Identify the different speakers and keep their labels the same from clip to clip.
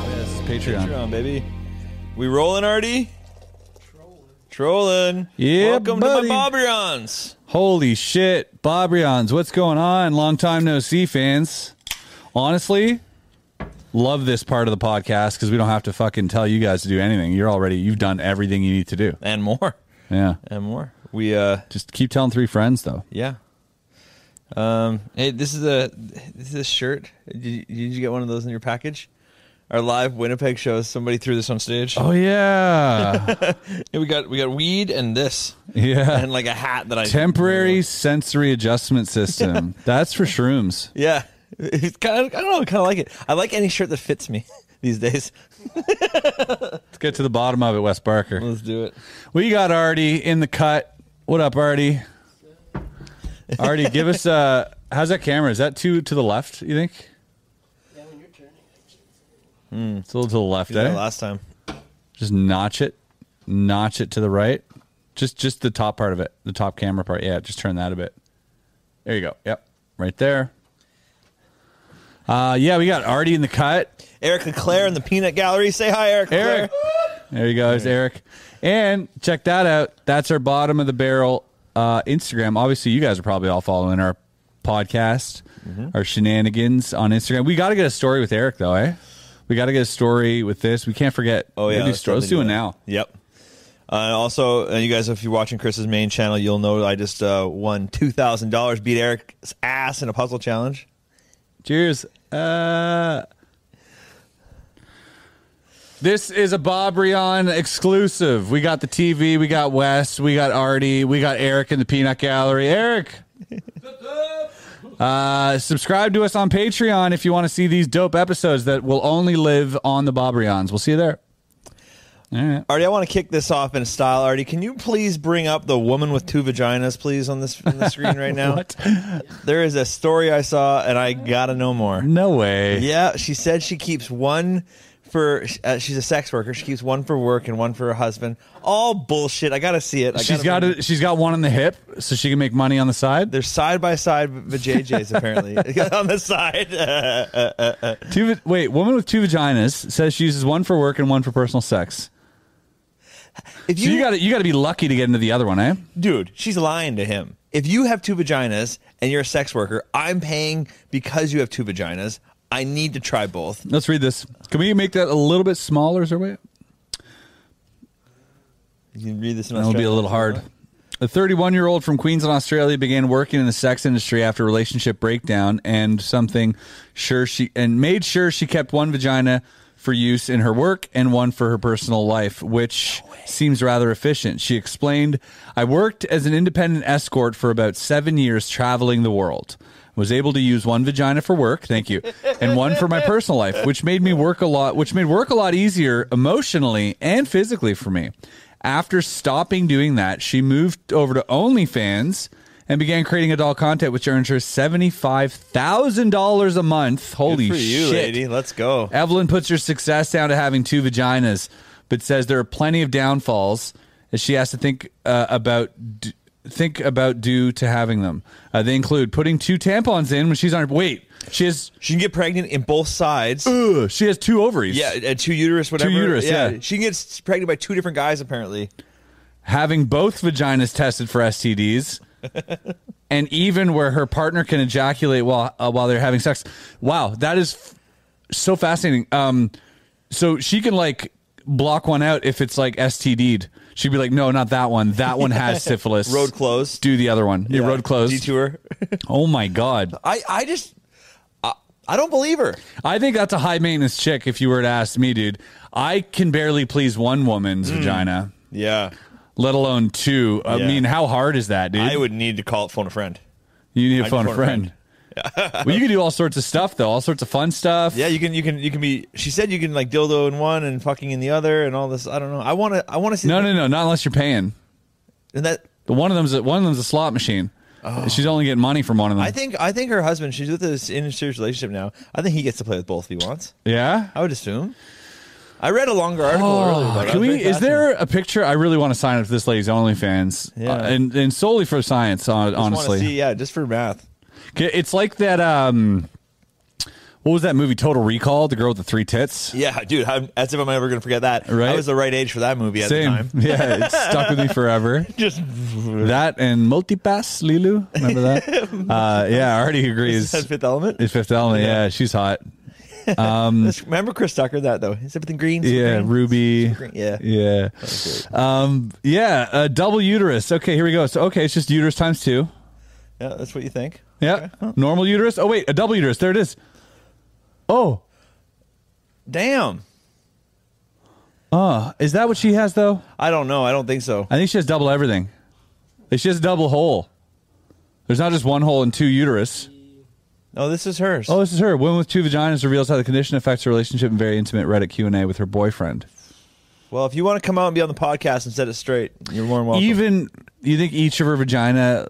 Speaker 1: Patreon.
Speaker 2: Patreon, baby. We rolling, Artie? Trolling.
Speaker 1: Yeah,
Speaker 2: Welcome
Speaker 1: buddy.
Speaker 2: to my Bobbyrons.
Speaker 1: Holy shit, Bobrions, what's going on? Long time no see, fans. Honestly, love this part of the podcast because we don't have to fucking tell you guys to do anything. You're already you've done everything you need to do.
Speaker 2: And more.
Speaker 1: Yeah,
Speaker 2: And more. We, uh,
Speaker 1: just keep telling three friends though.
Speaker 2: yeah. Um, hey, this is a this is a shirt. Did you, did you get one of those in your package? Our live Winnipeg show. Somebody threw this on stage.
Speaker 1: Oh yeah,
Speaker 2: Yeah, we got we got weed and this
Speaker 1: yeah.
Speaker 2: and like a hat that I
Speaker 1: Temporary sensory adjustment system. That's for shrooms.
Speaker 2: Yeah, it's kind of, I don't know. I kind of like it. I like any shirt that fits me these days.
Speaker 1: Let's get to the bottom of it, Wes Barker.
Speaker 2: Let's do it.
Speaker 1: We got Artie in the cut. What up, Artie? Artie, give us uh how's that camera? Is that too to the left, you think?
Speaker 3: Yeah, when you're turning, actually.
Speaker 1: It's a little to the left,
Speaker 2: Did
Speaker 1: eh?
Speaker 2: that last time.
Speaker 1: Just notch it, notch it to the right. Just just the top part of it, the top camera part. Yeah, just turn that a bit. There you go. Yep, right there. Uh, yeah, we got Artie in the cut.
Speaker 2: Eric Leclaire in the Peanut Gallery. Say hi, Eric. Leclerc.
Speaker 1: Eric, there you go. There's Eric. And check that out. That's our bottom of the barrel uh, Instagram. Obviously, you guys are probably all following our podcast, our shenanigans on Instagram. We got to get a story with Eric though, eh? We got to get a story with this. We can't forget.
Speaker 2: Oh
Speaker 1: We
Speaker 2: yeah,
Speaker 1: gotta do sto- let's do it
Speaker 2: definitely
Speaker 1: now.
Speaker 2: that. Yep. Uh, and also, uh, you guys, if you're watching Chris's main channel, you'll know I just uh, won two thousand dollars, beat Eric's ass in a puzzle challenge.
Speaker 1: Cheers. Uh, this is a Bobrion exclusive. We got the TV, we got Wes, we got Artie, we got Eric in the Peanut Gallery. Eric, uh, subscribe to us on Patreon if you want to see these dope episodes that will only live on the Bobrions. We'll see you there. All right.
Speaker 2: Artie, I want to kick this off in style. Artie, can you please bring up the woman with two vaginas, please, on this on the screen right now?
Speaker 1: What?
Speaker 2: There is a story I saw, and I gotta know more.
Speaker 1: No way.
Speaker 2: Yeah, she said she keeps one for. Uh, she's a sex worker. She keeps one for work and one for her husband. All bullshit. I gotta see it. I
Speaker 1: She's
Speaker 2: gotta
Speaker 1: got
Speaker 2: bring-
Speaker 1: a, she's got one on the hip so she can make money on the side.
Speaker 2: They're side by side with JJ's apparently on the side.
Speaker 1: Two va- wait, woman with two vaginas says she uses one for work and one for personal sex.
Speaker 2: if
Speaker 1: So you got to you got to be lucky to get into the other one, eh?
Speaker 2: dude, she's lying to him. If you have two vaginas and you're a sex worker, I'm paying because you have two vaginas. I need to try both.
Speaker 1: Let's read this. Can we make that a little bit smaller? Is there a way?
Speaker 2: You can read this in
Speaker 1: That'll be a
Speaker 2: Australian.
Speaker 1: little hard. A 31 year old from Queensland, Australia, began working in the sex industry after a relationship breakdown and something sure she and made sure she kept one vagina for use in her work and one for her personal life, which seems rather efficient. She explained, I worked as an independent escort for about seven years traveling the world. Was able to use one vagina for work, thank you, and one for my personal life, which made me work a lot, which made work a lot easier emotionally and physically for me. After stopping doing that, she moved over to OnlyFans and began creating adult content, which earns her seventy-five thousand dollars a month. Holy
Speaker 2: Good for you,
Speaker 1: shit!
Speaker 2: lady. Let's go.
Speaker 1: Evelyn puts her success down to having two vaginas, but says there are plenty of downfalls as she has to think uh, about. D- think about due to having them. Uh, they include putting two tampons in when she's on. her Wait, she has
Speaker 2: She can get pregnant in both sides.
Speaker 1: ugh, she has two ovaries.
Speaker 2: Yeah, uh, two uterus, whatever.
Speaker 1: Mm. uterus, yeah.
Speaker 2: She gets pregnant by two different guys, apparently.
Speaker 1: having both vaginas tested for STDs, and even where her partner can ejaculate while uh, while they're having sex. Wow, that is f- so fascinating. Um, so she can like block one out if it's like STD'd. She'd be like, no, not that one. That one has syphilis.
Speaker 2: Road closed.
Speaker 1: Do the other one. Yeah, road closed.
Speaker 2: Detour.
Speaker 1: Oh my god.
Speaker 2: I, I just, I, I don't believe her.
Speaker 1: I think that's a high maintenance chick. If you were to ask me, dude, I can barely please one woman's vagina,
Speaker 2: Yeah.
Speaker 1: let alone two. I
Speaker 2: Mm. Yeah.
Speaker 1: mean, how hard is that, dude?
Speaker 2: I would need to call phone a friend.
Speaker 1: You need to
Speaker 2: I
Speaker 1: phone a
Speaker 2: just want a
Speaker 1: friend. well, you can do all sorts of stuff though, all sorts of fun stuff.
Speaker 2: Yeah, you can, you can, you can be. She said you can like dildo in one and fucking in the other and all this. I don't know. I want to, I want to see.
Speaker 1: No, no, no, not unless you're paying.
Speaker 2: And that
Speaker 1: The one of them's a, one of them's a slot machine. She's only getting money from one of them.
Speaker 2: Oh. I think, I think her husband. She's with this in a serious relationship now. I think he gets to play with both if he wants.
Speaker 1: yeah.
Speaker 2: I would assume. I read a longer article earlier. About it.
Speaker 1: Oh, Can
Speaker 2: I was
Speaker 1: we?
Speaker 2: very
Speaker 1: Is there a picture? I really want to sign up to this lady's OnlyFans,
Speaker 2: Yeah.
Speaker 1: Uh, and and solely for science. hon-
Speaker 2: fascinated. Just wanna
Speaker 1: honestly,
Speaker 2: see, yeah, just for math.
Speaker 1: Okay, it's like that. Um, What was that movie? Total Recall. The girl with the three tits.
Speaker 2: Yeah, dude, I'm, as if I'm ever going to forget that. I
Speaker 1: Right?
Speaker 2: was the right age for that movie at the
Speaker 1: Same.
Speaker 2: time.
Speaker 1: Yeah, it stuck with me forever.
Speaker 2: Just
Speaker 1: That and Multipass Lulu. Remember that? uh, yeah, I already agree. Is
Speaker 2: that Fifth Element.
Speaker 1: is Fifth Element? Yeah, she's hot.
Speaker 2: Just remember Chris Tucker that though. Is everything green? Is it
Speaker 1: Yeah,
Speaker 2: green?
Speaker 1: Ruby.
Speaker 2: green. Yeah.
Speaker 1: yeah, um, yeah. Uh, double uterus. Okay, here we go. So okay, it's just uterus times two.
Speaker 2: Yeah, that's what you think.
Speaker 1: Yeah, normal uterus. Oh wait, a double uterus. There it is. Oh,
Speaker 2: Damn.
Speaker 1: uh, is that what she has though?
Speaker 2: I don't know. I don't think so.
Speaker 1: I think she has double everything. She has a double hole. There's not just one hole and two uterus.
Speaker 2: No, this is hers.
Speaker 1: Oh, this is her. Woman with two vaginas reveals how the condition affects her relationship in very intimate Reddit Q and A with her boyfriend.
Speaker 2: Well, if you want to come out and be on the podcast and set it straight, you're more than welcome.
Speaker 1: Even you think each of her vagina,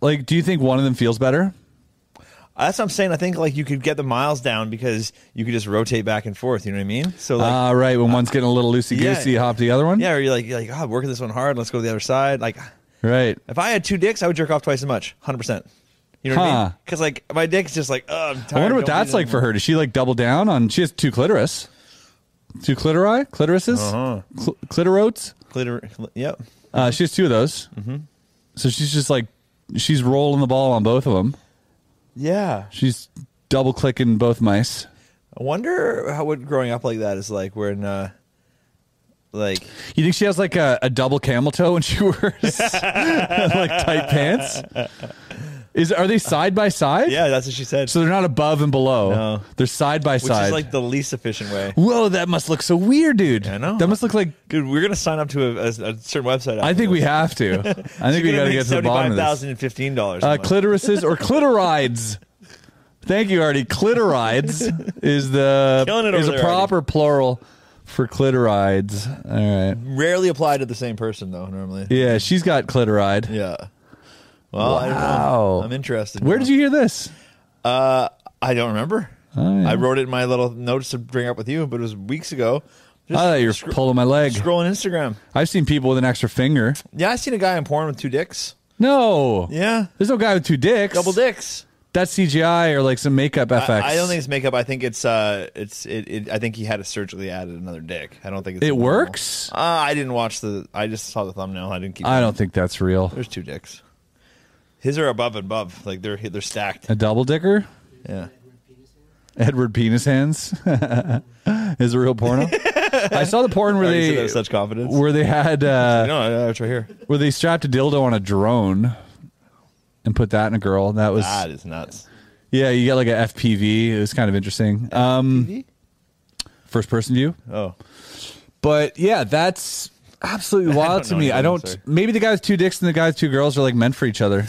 Speaker 1: like, do you think one of them feels better?
Speaker 2: That's what I'm saying. I think like you could get the miles down because you could just rotate back and forth. You know what I mean? So like,
Speaker 1: Ah, right. When one's getting a little loosey goosey,
Speaker 2: yeah.
Speaker 1: hop to the other one.
Speaker 2: yeah, or you're like, you're like, oh, I'm working this one hard. Let's go to the other side. Like,
Speaker 1: Right.
Speaker 2: if I had two dicks, I would jerk off twice as much, hundred percent. You know what I mean?
Speaker 1: Huh.
Speaker 2: Because like my dick's just like, oh, I'm tired.
Speaker 1: I wonder what
Speaker 2: Don't
Speaker 1: that's
Speaker 2: need
Speaker 1: like for her. Does she like double down on? She has two clitoris, two clitori, clitorises,
Speaker 2: Uh-huh.
Speaker 1: Cl- clitorotes.
Speaker 2: another- Clitor- yep.
Speaker 1: Uh, she has two of those.
Speaker 2: Mm-hmm.
Speaker 1: So she's just like she's rolling the ball on both of them.
Speaker 2: Yeah.
Speaker 1: She's double clicking both mice.
Speaker 2: I wonder how what growing up like that is like when uh like
Speaker 1: You think she has like a, a double camel toe when she wears like tight pants? Is are they side by side?
Speaker 2: yeah, that's what she said.
Speaker 1: So they're not above and below.
Speaker 2: No.
Speaker 1: They're side by
Speaker 2: which
Speaker 1: side.
Speaker 2: is like the least efficient way.
Speaker 1: Whoa, that must look so weird, dude.
Speaker 2: I know.
Speaker 1: That must look like
Speaker 2: Dude, we're gonna sign up to a, a, a certain website.
Speaker 1: I think we have to. I think we got to get to the bottom of this.
Speaker 2: fifteen dollars.
Speaker 1: Uh, clitorises or clitorides. Thank you, Artie. Clitorides is the
Speaker 2: Killing it
Speaker 1: is a
Speaker 2: over there, Artie.
Speaker 1: proper plural for clitorides. All right.
Speaker 2: Rarely apply to the same person though. Normally,
Speaker 1: Yeah, she's got clitoride.
Speaker 2: yeah. Well, I don't
Speaker 1: Wow.
Speaker 2: know. I'm interested.
Speaker 1: Where did you hear this?
Speaker 2: Uh, I don't remember.
Speaker 1: Oh, yeah.
Speaker 2: I wrote it in my little notes to bring up with you, but it was weeks ago.
Speaker 1: I thought you were pulling my leg.
Speaker 2: Scrolling Instagram.
Speaker 1: I've seen people with an extra finger.
Speaker 2: Yeah, I seen a guy in porn with two dicks.
Speaker 1: No.
Speaker 2: Yeah,
Speaker 1: There's no guy with two dicks.
Speaker 2: double dicks.
Speaker 1: That's CGI or like some makeup FX.
Speaker 2: I, I don't think it's makeup. I think it's uh, it's it, it. I think he had it surgically added another dick. I don't think it's
Speaker 1: it
Speaker 2: normal.
Speaker 1: works.
Speaker 2: Uh, I didn't watch the. I just saw the thumbnail. I didn't keep.
Speaker 1: I don't think that's real.
Speaker 2: There's two dicks. His are above and above. Like they're they're stacked.
Speaker 1: A double dicker?
Speaker 2: Yeah.
Speaker 1: Edward Penis Hands is a real porno. I saw the porn where
Speaker 2: Where they,
Speaker 1: they
Speaker 2: such confidence.
Speaker 1: where they had
Speaker 2: no,
Speaker 1: uh,
Speaker 2: no, it's right here.
Speaker 1: where they strapped a dildo on a drone and put that in a girl. That was
Speaker 2: That is nuts.
Speaker 1: yeah, you got like a FPV. It was kind of interesting. Um, first person view.
Speaker 2: Oh,
Speaker 1: But yeah, that's absolutely wild to
Speaker 2: know
Speaker 1: me.
Speaker 2: anything,
Speaker 1: I don't.
Speaker 2: sorry.
Speaker 1: Maybe the guy with two dicks and the guy with two girls are like meant for each other.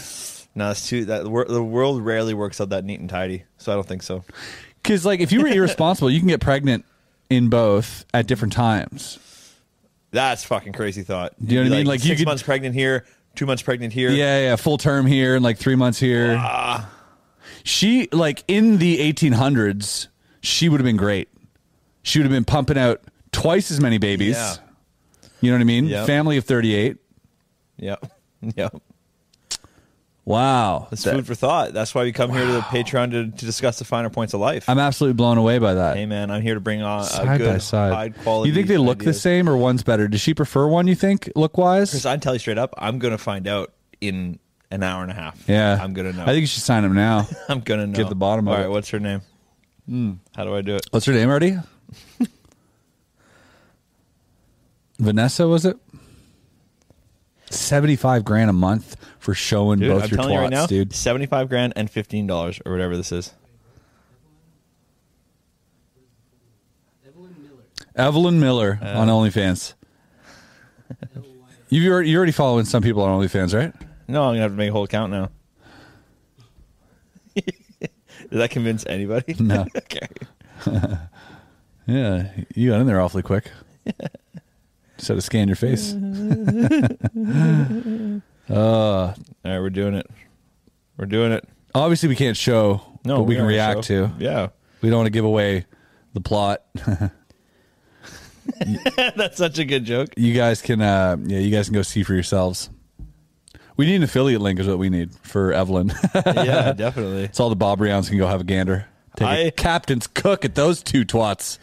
Speaker 2: no, it's too. That the wor- the world rarely works out that neat and tidy. So I don't think so.
Speaker 1: Because like if you were irresponsible, you can get pregnant in both at different times.
Speaker 2: That's fucking crazy thought.
Speaker 1: you know
Speaker 2: You'd
Speaker 1: what I
Speaker 2: be
Speaker 1: mean?
Speaker 2: Like,
Speaker 1: Like, you
Speaker 2: six
Speaker 1: could-
Speaker 2: months pregnant here, two months pregnant here.
Speaker 1: Yeah, yeah, full term here and like three months here. She like in the 1800s, she would have been great. She would have been pumping out twice as many babies.
Speaker 2: Yeah.
Speaker 1: You know what I mean?
Speaker 2: Yep.
Speaker 1: Family of 38.
Speaker 2: Yep. Yep.
Speaker 1: Wow,
Speaker 2: That's food for thought. That's why we come here to the Patreon to, to discuss the finer points of life.
Speaker 1: I'm absolutely blown away by that.
Speaker 2: hey man, I'm here to bring on a
Speaker 1: Side by
Speaker 2: good, high
Speaker 1: side,
Speaker 2: quality.
Speaker 1: you think they look the
Speaker 2: ideas.
Speaker 1: same or one's better? Does she prefer one? You think look
Speaker 2: Chris,
Speaker 1: wise?
Speaker 2: I tell you straight up, I'm gonna find out in an hour and a half.
Speaker 1: Yeah,
Speaker 2: I'm gonna know.
Speaker 1: I think you should sign them now.
Speaker 2: I'm gonna know.
Speaker 1: Get the bottom of
Speaker 2: All right,
Speaker 1: it. Hmm.
Speaker 2: what's her name? How do I do it?
Speaker 1: What's her name already? Vanessa, was it? 75 grand a month for showing
Speaker 2: Dude,
Speaker 1: both
Speaker 2: I'm
Speaker 1: your
Speaker 2: telling you right
Speaker 1: twats,
Speaker 2: now,
Speaker 1: dude.
Speaker 2: seventy-five grand and fifteen dollars or whatever this is.
Speaker 3: Evelyn Miller.
Speaker 1: Evelyn Miller on OnlyFans.
Speaker 3: L-Y.
Speaker 1: You've already, you're already following some people on OnlyFans, right?
Speaker 2: No, I'm gonna have to make a whole account now. Did that convince anybody?
Speaker 1: No.
Speaker 2: okay.
Speaker 1: Yeah, you got in there awfully quick. Just had to scan your face. uh,
Speaker 2: All right, we're doing it. We're doing it.
Speaker 1: obviously, we can't show,
Speaker 2: No,
Speaker 1: but we
Speaker 2: are
Speaker 1: can
Speaker 2: on the
Speaker 1: react
Speaker 2: show.
Speaker 1: to.
Speaker 2: Yeah,
Speaker 1: We don't want to give away the plot.
Speaker 2: that's such a good joke.
Speaker 1: you guys can uh yeah you guys can go see for yourselves we need an affiliate link is what we need for evelyn
Speaker 2: yeah, definitely.
Speaker 1: it's all the bob rounds can go have a gander Take a
Speaker 2: I-
Speaker 1: captain's cook at those two twats.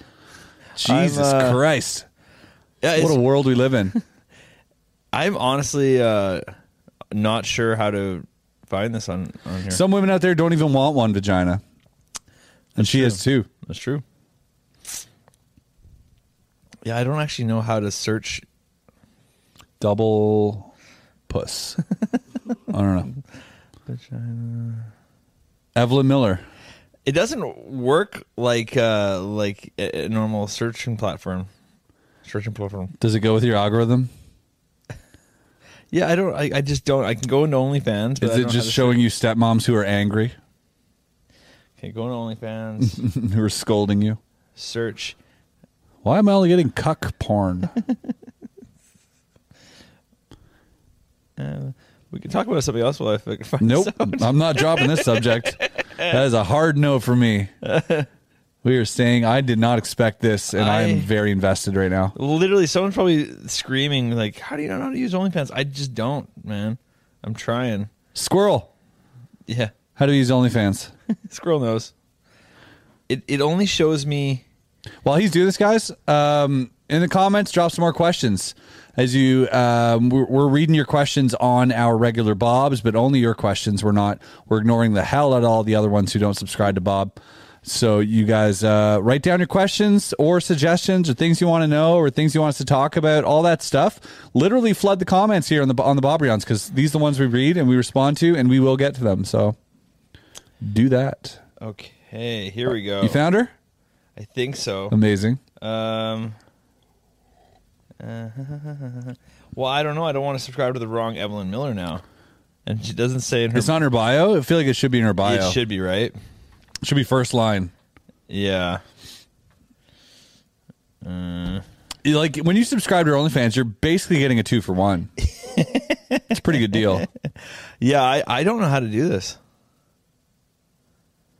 Speaker 1: Jesus
Speaker 2: uh,
Speaker 1: Christ.
Speaker 2: Yeah,
Speaker 1: What
Speaker 2: it's-
Speaker 1: a world we live in.
Speaker 2: I'm honestly uh, not sure how to find this on, on here.
Speaker 1: Some women out there don't even want one vagina. And she has two.
Speaker 2: That's true. Yeah, I don't actually know how to search.
Speaker 1: Double puss. I don't know. Evelyn Miller.
Speaker 2: It doesn't work like uh, like a, a normal searching platform. Searching platform.
Speaker 1: Does it go with your algorithm?
Speaker 2: Yeah, I don't. I, I just don't. I can go into OnlyFans.
Speaker 1: Is
Speaker 2: But I
Speaker 1: it
Speaker 2: don't know how
Speaker 1: just
Speaker 2: to
Speaker 1: showing you stepmoms who are angry,
Speaker 2: search- Okay, go into OnlyFans.
Speaker 1: who are scolding you?
Speaker 2: search.
Speaker 1: Why am I only getting cuck porn?
Speaker 2: Uh, we can talk about something else while I fi- find
Speaker 1: Nope.
Speaker 2: this out.
Speaker 1: I'm not dropping this subject. That is a hard no for me. We are saying I did not expect this, and I,
Speaker 2: I-
Speaker 1: am very invested right now.
Speaker 2: Literally, someone's probably screaming like, "How do you not know how to use OnlyFans?" I just don't, man. I'm trying.
Speaker 1: Squirrel,
Speaker 2: Yeah,
Speaker 1: how do you use OnlyFans?
Speaker 2: squirrel knows. It it only shows me.
Speaker 1: While he's doing this, guys, um, in the comments, drop some more questions. As you, um, we're, we're reading your questions on our regular Bob's, but only your questions. We're not, we're ignoring the hell out of all the other ones who don't subscribe to Bob. So you guys uh, write down your questions or suggestions or things you want to know or things you want us to talk about, all that stuff. Literally flood the comments here on the on the Bobrions because these are the ones we read and we respond to and we will get to them. So do that.
Speaker 2: Okay, here we go.
Speaker 1: You found her?
Speaker 2: I think so.
Speaker 1: Amazing.
Speaker 2: Um. uh, well, I don't know. I don't want to subscribe to the wrong Evelyn Miller now, and she doesn't say in her.
Speaker 1: It's not in her bio. I feel like it should be in her bio.
Speaker 2: It should be right.
Speaker 1: Should be first line.
Speaker 2: Yeah. Uh,
Speaker 1: Like when you subscribe to your OnlyFans, you're basically getting a two for one. it's a pretty good deal.
Speaker 2: yeah, I, I don't know how to do this.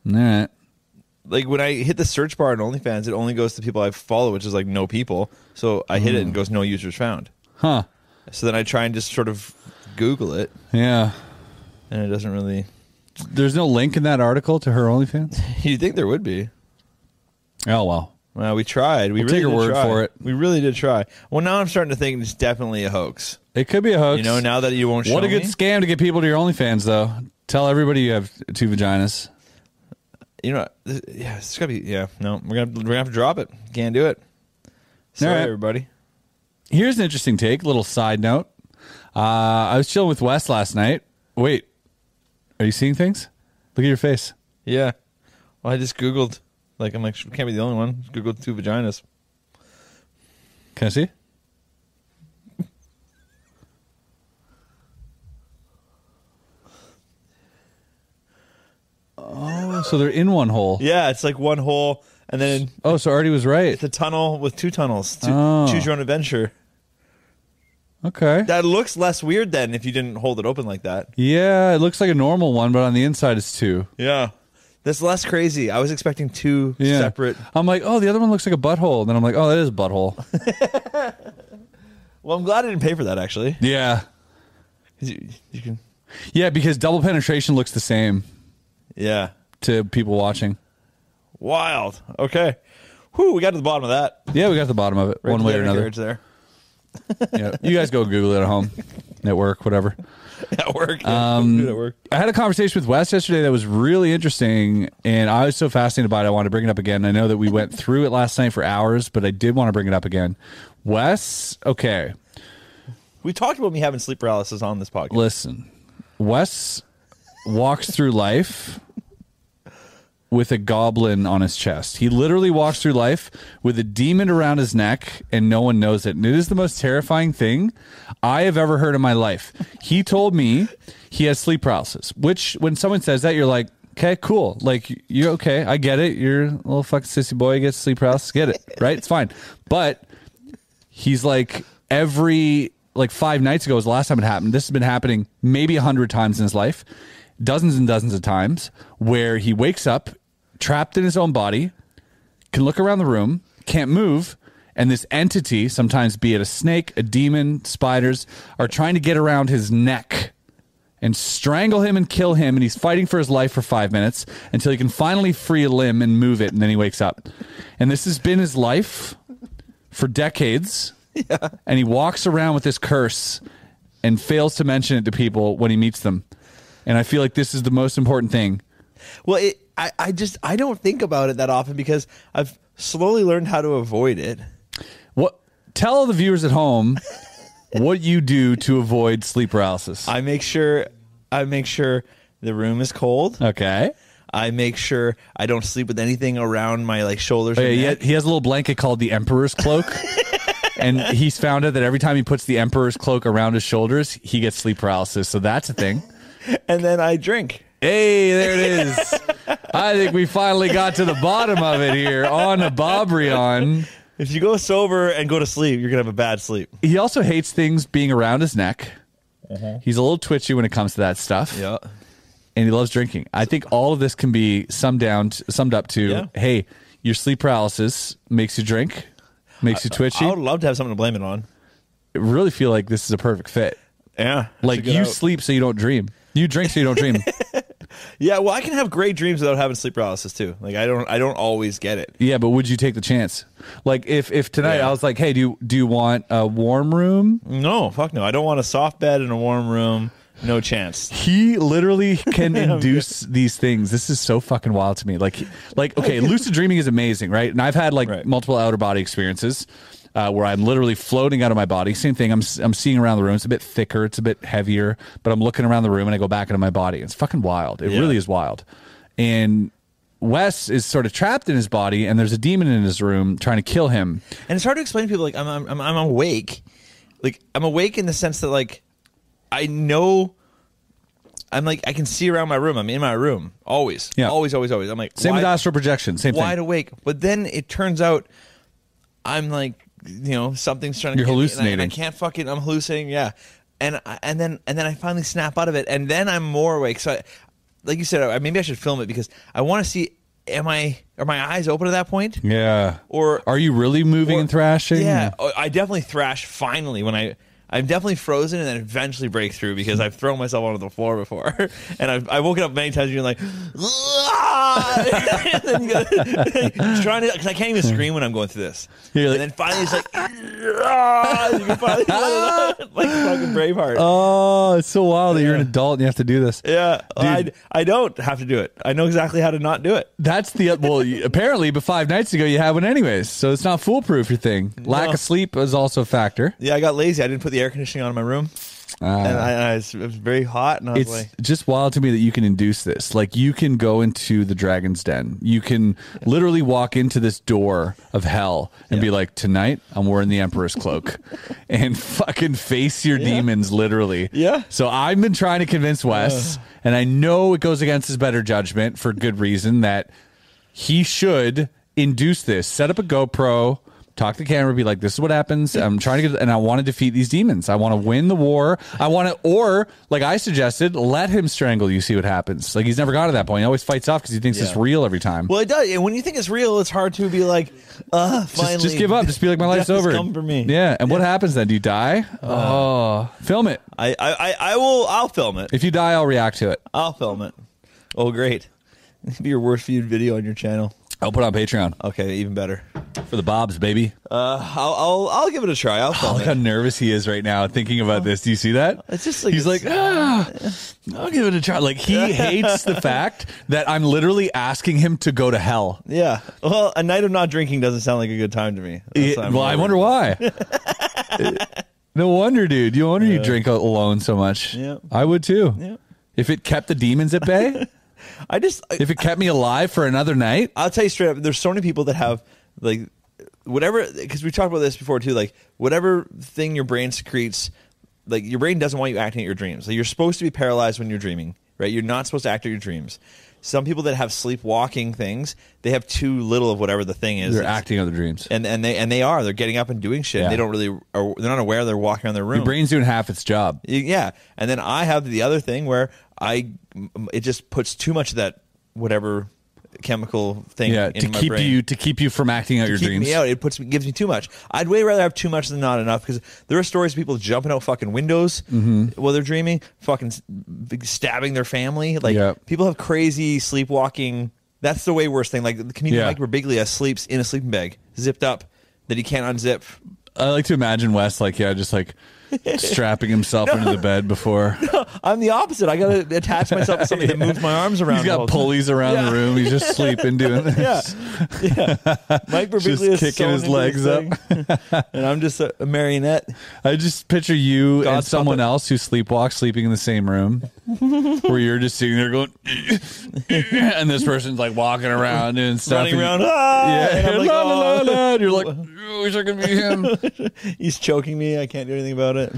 Speaker 1: Nah.
Speaker 2: Like when I hit the search bar on OnlyFans, it only goes to people I follow, which is like no people. So I hit it and
Speaker 1: Hmm.
Speaker 2: it goes no users found.
Speaker 1: Huh.
Speaker 2: So then I try and just sort of Google it,
Speaker 1: Yeah.
Speaker 2: and it doesn't really.
Speaker 1: There's no link in that article to her OnlyFans.
Speaker 2: You'd think there would be.
Speaker 1: Oh well.
Speaker 2: Well, we tried. We
Speaker 1: We'll
Speaker 2: really
Speaker 1: take your
Speaker 2: did
Speaker 1: word
Speaker 2: try.
Speaker 1: for it.
Speaker 2: We really did try. Well, now I'm starting to think it's definitely a hoax.
Speaker 1: It could be a hoax.
Speaker 2: You know, now that you won't show
Speaker 1: what a good
Speaker 2: me,
Speaker 1: scam to get people to your OnlyFans though. Tell everybody you have two vaginas.
Speaker 2: you know, th- yeah, it's gotta be. Yeah, no, we're gonna we're gonna have to drop it. Can't do it. Sorry,
Speaker 1: right.
Speaker 2: everybody.
Speaker 1: Here's an interesting take, little side note. Uh, I was chilling with Wes last night. Wait. Are you seeing things? Look at your face.
Speaker 2: Yeah. Well, I just googled. Like, I'm like, "Sh- can't be the only one. Googled two vaginas.
Speaker 1: Can I see? Oh, so they're in one hole.
Speaker 2: Yeah, it's like one hole, and then
Speaker 1: Oh, so Artie was right.
Speaker 2: it's a tunnel with two tunnels. Two,
Speaker 1: Oh.
Speaker 2: Choose your own adventure.
Speaker 1: Okay.
Speaker 2: That looks less weird then if you didn't hold it open like that.
Speaker 1: Yeah, it looks like a normal one, but on the inside it's two.
Speaker 2: Yeah. That's less crazy. I was expecting two
Speaker 1: Yeah.
Speaker 2: separate.
Speaker 1: I'm like, oh, the other one looks like a butthole. And then I'm like, oh, that is a butthole.
Speaker 2: Well, I'm glad I didn't pay for that actually.
Speaker 1: yeah.
Speaker 2: 'Cause You, you can,
Speaker 1: Yeah, because double penetration looks the same
Speaker 2: yeah,
Speaker 1: to people watching.
Speaker 2: wild. Okay, whew, we got to the bottom of that.
Speaker 1: Yeah, we got the bottom of it
Speaker 2: Right
Speaker 1: one
Speaker 2: to
Speaker 1: way
Speaker 2: the
Speaker 1: or another.
Speaker 2: undercarriage There,
Speaker 1: Yeah. You guys go Google it at home, at work, whatever.
Speaker 2: at work. Yeah, um, at work.
Speaker 1: I had a conversation with Wes yesterday that was really interesting, and I was so fascinated by it. I wanted to bring it up again. I know that we went through it last night for hours, but I did want to bring it up again. Wes, okay,
Speaker 2: We talked about me having sleep paralysis on this podcast.
Speaker 1: listen. Wes walks through life with a goblin on his chest. He literally walks through life with a demon around his neck and no one knows it. And it is the most terrifying thing I have ever heard in my life. He told me he has sleep paralysis, which when someone says that, you're like, okay, cool. Like, you're okay. I get it. You're a little fucking sissy boy, gets sleep paralysis. Get it. Right? It's fine. But he's like, every, like five nights ago was the last time it happened. This has been happening maybe a hundred times in his life, dozens and dozens of times, where he wakes up trapped in his own body, can look around the room, can't move, and this entity, sometimes be it a snake, a demon, spiders, are trying to get around his neck and strangle him and kill him, and he's fighting for his life for five minutes until he can finally free a limb and move it, and then he wakes up. And this has been his life for decades. Yeah. And he walks around with this curse and fails to mention it to people when he meets them. And I feel like this is the most important thing.
Speaker 2: Well, it, I, I just I don't think about it that often because I've slowly learned how to avoid it.
Speaker 1: What tell the viewers at home what you do to avoid sleep paralysis.
Speaker 2: I make sure I make sure the room is cold.
Speaker 1: Okay.
Speaker 2: I make sure I don't sleep with anything around my like shoulders.
Speaker 1: Oh,
Speaker 2: or
Speaker 1: yeah,
Speaker 2: neck.
Speaker 1: he, he has a little blanket called the Emperor's Cloak. and he's found out that every time he puts the Emperor's Cloak around his shoulders, he gets sleep paralysis. So that's a thing.
Speaker 2: And then I drink.
Speaker 1: Hey, there it is. I think we finally got to the bottom of it here on a Bobrion.
Speaker 2: If you go sober and go to sleep, you're gonna have a bad sleep.
Speaker 1: He also hates things being around his neck.
Speaker 2: Uh-huh.
Speaker 1: He's a little twitchy when it comes to that stuff. and he loves drinking. I think all of this can be summed down, summed up to:
Speaker 2: Yeah.
Speaker 1: Hey, your sleep paralysis makes you drink, makes you twitchy.
Speaker 2: I would love to have something to blame it on.
Speaker 1: I really feel like this is a perfect fit.
Speaker 2: Yeah.
Speaker 1: Like you sleep so you don't dream, you drink so you don't dream.
Speaker 2: Yeah, well I can have great dreams without having sleep paralysis too. Like I don't I don't always get it.
Speaker 1: yeah, but would you take the chance? Like if if tonight
Speaker 2: Yeah.
Speaker 1: I was like, Hey, do you do you want a warm room?
Speaker 2: No, fuck no. I don't want a soft bed in a warm room. No chance.
Speaker 1: He literally can induce these things. This is so fucking wild to me. Like, like okay, lucid dreaming is amazing, right? And I've had like
Speaker 2: Right.
Speaker 1: multiple outer body experiences uh, where I'm literally floating out of my body. Same thing. I'm s- I'm seeing around the room. It's a bit thicker. It's a bit heavier. But I'm looking around the room and I go back into my body. It's fucking wild. It
Speaker 2: Yeah.
Speaker 1: really is wild. And Wes is sort of trapped in his body, and there's a demon in his room trying to kill him.
Speaker 2: And it's hard to explain to people like I'm I'm I'm- I'm awake. Like I'm awake in the sense that like I know I'm like I can see around my room. I'm in my room always.
Speaker 1: Yeah.
Speaker 2: Always always always. I'm like
Speaker 1: Same with
Speaker 2: why-
Speaker 1: astral projection. Same
Speaker 2: wide
Speaker 1: thing.
Speaker 2: awake. But then it turns out I'm like, you know, something's trying to
Speaker 1: You're
Speaker 2: get me, and I- And I,
Speaker 1: hallucinating.
Speaker 2: can't fucking. I'm hallucinating. Yeah, and I, and then and then I finally snap out of it, and then I'm more awake. So, I, like you said, I, maybe I should film it because I want to see. Am I are my eyes open at that point?
Speaker 1: Yeah.
Speaker 2: Or-
Speaker 1: are you really moving
Speaker 2: Or-
Speaker 1: and thrashing?
Speaker 2: Yeah, oh, I definitely thrash. Finally, when I. I'm definitely frozen and then eventually break through because I've thrown myself onto the floor before. And I've, I've woken up many times being like, "Ah!" And then you go- trying to, because I can't even scream when I'm going through this.
Speaker 1: You're like-
Speaker 2: and then finally it's like, "Ah!" you can finally let it out, like fucking Braveheart.
Speaker 1: Oh, it's so wild that you're an adult and you have to do this.
Speaker 2: yeah, I,
Speaker 1: dude.
Speaker 2: I don't have to do it. I know exactly how to not do it.
Speaker 1: That's the well. you- apparently, but five nights ago you had one anyways, so it's not foolproof. Your thing, lack
Speaker 2: No.
Speaker 1: of sleep is also a factor.
Speaker 2: Yeah, I got lazy. I didn't put the air conditioning on in my room. and I, I- it was- it was very hot. And I was
Speaker 1: Ah. It's
Speaker 2: like,
Speaker 1: just wild to me that you can induce this. Like you can go into the dragon's den. You can literally walk into this door of hell and be like, "Tonight, I'm wearing the emperor's cloak," and fucking face your demons literally.
Speaker 2: Yeah.
Speaker 1: So I've been trying to convince Wes, and I know it goes against his better judgment for good reason that he should induce this. Set up a GoPro, talk to the camera, be like, "This is what happens." I'm trying to get, and I want to defeat these demons. I want to win the war. I want to, or like I suggested, let him strangle you. See what happens. Like he's never got to that point. He always fights off because he thinks it's
Speaker 2: Yeah.
Speaker 1: real every time.
Speaker 2: Well, it does. And when you think it's real, it's hard to be like, uh, finally.
Speaker 1: just, just give up. Just be like, "My life's
Speaker 2: death has
Speaker 1: over."
Speaker 2: Come for me. Uh.
Speaker 1: Yeah. And what happens then? Do you die? oh, film it.
Speaker 2: I, I, I, I will. I'll film it.
Speaker 1: If you die, I'll react to it.
Speaker 2: I'll film it. Oh, great. It'd be your worst viewed video on your channel.
Speaker 1: I'll put it on Patreon
Speaker 2: Okay, even better.
Speaker 1: for the Bobs, baby.
Speaker 2: Uh, I'll, I'll, I'll give it a try. I'll
Speaker 1: Oh,
Speaker 2: film
Speaker 1: look how
Speaker 2: it.
Speaker 1: nervous he is right now thinking about this. Do you see that?
Speaker 2: Oh. It's just like
Speaker 1: he's
Speaker 2: it's-
Speaker 1: like, ah, I'll give it a try. Like he hates the fact that I'm literally asking him to go to hell.
Speaker 2: Yeah. Well, a night of not drinking doesn't sound like a good time to me.
Speaker 1: It- well, I wonder why. no wonder, dude. You wonder you drink alone so much.
Speaker 2: Yeah.
Speaker 1: I would too.
Speaker 2: Yeah.
Speaker 1: If it kept the demons at bay,
Speaker 2: I just. I,
Speaker 1: if it kept me alive for another night,
Speaker 2: I'll tell you straight up. There's so many people that have like whatever because we talked about this before too. Like whatever thing your brain secretes, like your brain doesn't want you acting at your dreams. Like you're supposed to be paralyzed when you're dreaming, right? You're not supposed to act out your dreams. Some people that have sleepwalking things, they have too little of whatever the thing is.
Speaker 1: they're
Speaker 2: It's-
Speaker 1: acting other dreams.
Speaker 2: and and they and they are. They're getting up and doing shit.
Speaker 1: Yeah.
Speaker 2: They don't really. Are, they're not aware. They're walking around their room.
Speaker 1: Your brain's doing half its job.
Speaker 2: Y- Yeah, and then I have the other thing where I m- it just puts too much of that whatever chemical thing.
Speaker 1: yeah,
Speaker 2: in
Speaker 1: to
Speaker 2: my
Speaker 1: keep
Speaker 2: brain.
Speaker 1: you to keep you from acting out your
Speaker 2: keep
Speaker 1: dreams.
Speaker 2: me out. It puts me, gives me too much. I'd way rather have too much than not enough because there are stories of people jumping out fucking windows
Speaker 1: Mm-hmm.
Speaker 2: while they're dreaming, fucking s- stabbing their family. Like
Speaker 1: Yeah.
Speaker 2: people have crazy sleepwalking. That's the way worse thing. Like the comedian
Speaker 1: Yeah.
Speaker 2: Mike Birbiglia sleeps in a sleeping bag, zipped up, that he can't unzip.
Speaker 1: I like to imagine Wes like yeah, just like strapping himself into the bed before.
Speaker 2: I'm the opposite. I gotta attach myself to something that moves my arms around.
Speaker 1: He's
Speaker 2: the
Speaker 1: got
Speaker 2: whole
Speaker 1: pulleys around
Speaker 2: Yeah.
Speaker 1: the room. He's just sleeping doing this.
Speaker 2: Yeah, yeah. Mike Birbiglia is
Speaker 1: kicking
Speaker 2: sewn
Speaker 1: his
Speaker 2: into this
Speaker 1: legs up.
Speaker 2: thing. and I'm just a, a marionette.
Speaker 1: I just picture you and
Speaker 2: God's
Speaker 1: someone
Speaker 2: puppet.
Speaker 1: else who sleepwalks sleeping in the same room, where you're just sitting there going, and this person's like walking around and stuff,
Speaker 2: Running
Speaker 1: and-
Speaker 2: around, ah!
Speaker 1: Yeah,
Speaker 2: And I'm like,
Speaker 1: la, la, la,
Speaker 2: "Oh."
Speaker 1: la," and you're like, I wish I could be him.
Speaker 2: He's choking me. I can't do anything about it.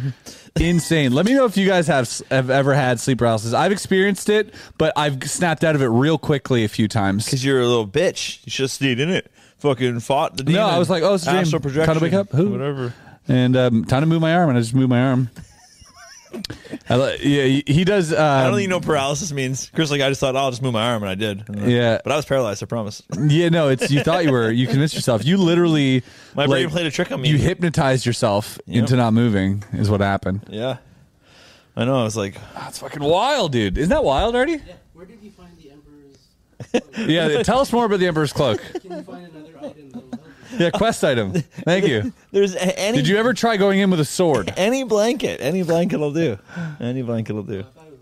Speaker 1: Insane. Let me know if you guys have, have ever had sleep paralysis. I've experienced it, but I've snapped out of it real quickly a few times.
Speaker 2: Because you're a little bitch. You should have stayed in it. Fucking fought the demon.
Speaker 1: I was like, oh, it's a dream.
Speaker 2: Astral
Speaker 1: Time to
Speaker 2: projection.
Speaker 1: wake up? Who?
Speaker 2: Whatever.
Speaker 1: And um, time to move my arm, and I just move my arm. I li- yeah, he- he does. Um,
Speaker 2: I don't even know what paralysis means. Chris, like, I just thought, oh, I'll just move my arm, and I did.
Speaker 1: Yeah.
Speaker 2: But I was paralyzed, I promise.
Speaker 1: Yeah, no, it's you thought you were. You convinced yourself. You literally
Speaker 2: My brain played a trick on me.
Speaker 1: You hypnotized yourself
Speaker 2: Yep.
Speaker 1: into not moving. Is what happened.
Speaker 2: Yeah. I know. I was like,
Speaker 1: That's fucking wild, dude. Isn't that wild already?
Speaker 3: Yeah, where did you find the emperor's?
Speaker 1: Yeah. Tell us more about the Emperor's cloak.
Speaker 3: Can you find another item that will help you?
Speaker 1: Yeah, quest item. Thank you.
Speaker 2: there's a- any
Speaker 1: Did you ever try going in with a sword?
Speaker 2: any blanket. Any blanket will do. Any blanket will do.
Speaker 3: I thought it was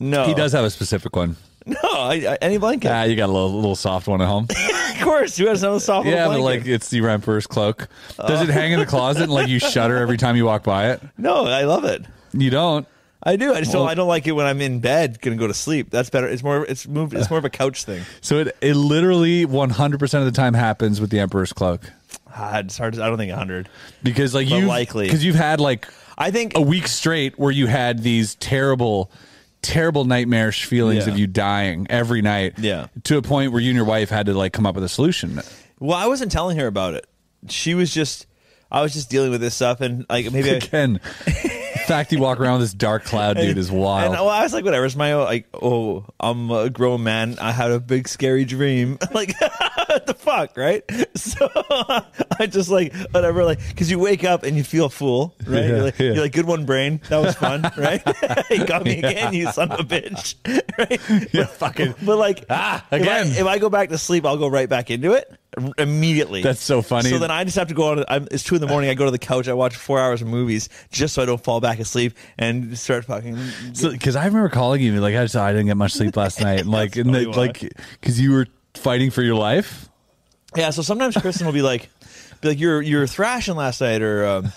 Speaker 3: like a
Speaker 2: No.
Speaker 1: He does have a specific one.
Speaker 2: No, I, I, any blanket.
Speaker 1: Ah, you got a little, little soft one at home.
Speaker 2: of course. Who has another soft
Speaker 1: yeah,
Speaker 2: little
Speaker 1: but like
Speaker 2: blanket?
Speaker 1: it's the Emperor's cloak. Does it hang in the closet and like you shudder every time you walk by it?
Speaker 2: no, I love it.
Speaker 1: You don't.
Speaker 2: I do. I just
Speaker 1: Well-
Speaker 2: don't. I don't like it when I'm in bed, gonna go to sleep. That's better. It's more. It's moved. It's more of a couch thing.
Speaker 1: So it, it literally 100% of the time happens with the Emperor's cloak.
Speaker 2: Ah, it's hard. To, I don't think hundred.
Speaker 1: Because like
Speaker 2: But
Speaker 1: you
Speaker 2: likely.
Speaker 1: because you've had like
Speaker 2: I think oh,
Speaker 1: a week straight where you had these terrible terrible nightmarish feelings
Speaker 2: Yeah.
Speaker 1: of you dying every night
Speaker 2: Yeah.
Speaker 1: to a point where you and your wife had to like come up with a solution
Speaker 2: Well, I wasn't telling her about it. She was just. I was just dealing with this stuff, and like maybe. I,
Speaker 1: again the fact you walk around with this dark cloud dude is wild
Speaker 2: And oh, well, I was like, whatever. It's my own, like, oh, I'm a grown man. I had a big scary dream. Like, what the fuck, right? So I just like whatever, like, because you wake up and you feel a fool, right?
Speaker 1: Yeah,
Speaker 2: you're, like,
Speaker 1: yeah.
Speaker 2: you're like, good one, brain. That was fun, right? you got me again, you son of a bitch, right?
Speaker 1: Yeah, fucking-
Speaker 2: But like,
Speaker 1: Ah,
Speaker 2: if I-
Speaker 1: again.
Speaker 2: If I, go back to sleep, I'll go right back into it r- immediately.
Speaker 1: That's so funny.
Speaker 2: So then I just have to go on. I'm, it's two in the morning. I go to the couch. I watch four hours of movies just so I don't fall back asleep and start fucking
Speaker 1: because I remember calling you like I just I didn't get much sleep last night and like and
Speaker 2: probably
Speaker 1: the,
Speaker 2: why.
Speaker 1: like because you were fighting for your life
Speaker 2: Yeah, so sometimes Kristen will be like, be like you're you're thrashing last night, or um,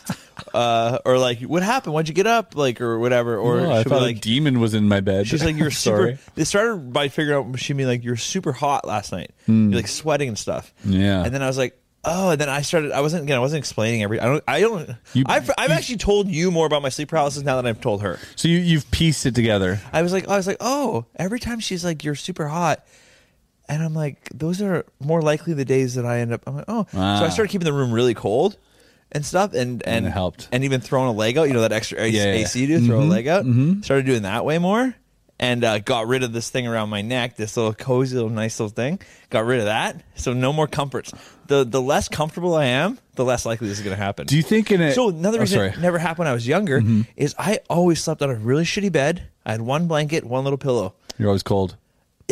Speaker 2: uh, or like what happened? Why'd you get up? Like or whatever, or
Speaker 1: oh, I
Speaker 2: she'll be
Speaker 1: thought a
Speaker 2: like,
Speaker 1: demon was in my bed
Speaker 2: she's like you're
Speaker 1: sorry
Speaker 2: super. They started by figuring out she mean like you're super hot last night, you're like sweating and stuff.
Speaker 1: Hmm. Yeah.
Speaker 2: and then I was like. Oh, and then I started. I wasn't again. I wasn't explaining every. I don't. I don't.
Speaker 1: You-
Speaker 2: I've, I've actually told you more about my sleep paralysis now than I've told her.
Speaker 1: so you you've pieced it together
Speaker 2: I was like, I was like, oh, every time she's like, you're super hot. And I'm like, those are more likely the days that I end up. I'm like, oh, so
Speaker 1: Ah.
Speaker 2: I started keeping the room really cold and stuff, and and,
Speaker 1: it helped.
Speaker 2: and even throwing a leg out. You know that extra AC,
Speaker 1: Yeah, yeah. Mm-hmm.
Speaker 2: AC to throw a leg out. Started doing that way more, and uh, got rid of this thing around my neck, this little cozy, little nice little thing. Got rid of that, so no more comforts. the The less comfortable I am, the less likely this is going to happen.
Speaker 1: do you think in it
Speaker 2: So another
Speaker 1: oh,
Speaker 2: reason
Speaker 1: sorry. Mm-hmm.
Speaker 2: it never happened when I was younger is I always slept on a really shitty bed. I had one blanket, one little pillow.
Speaker 1: you're always cold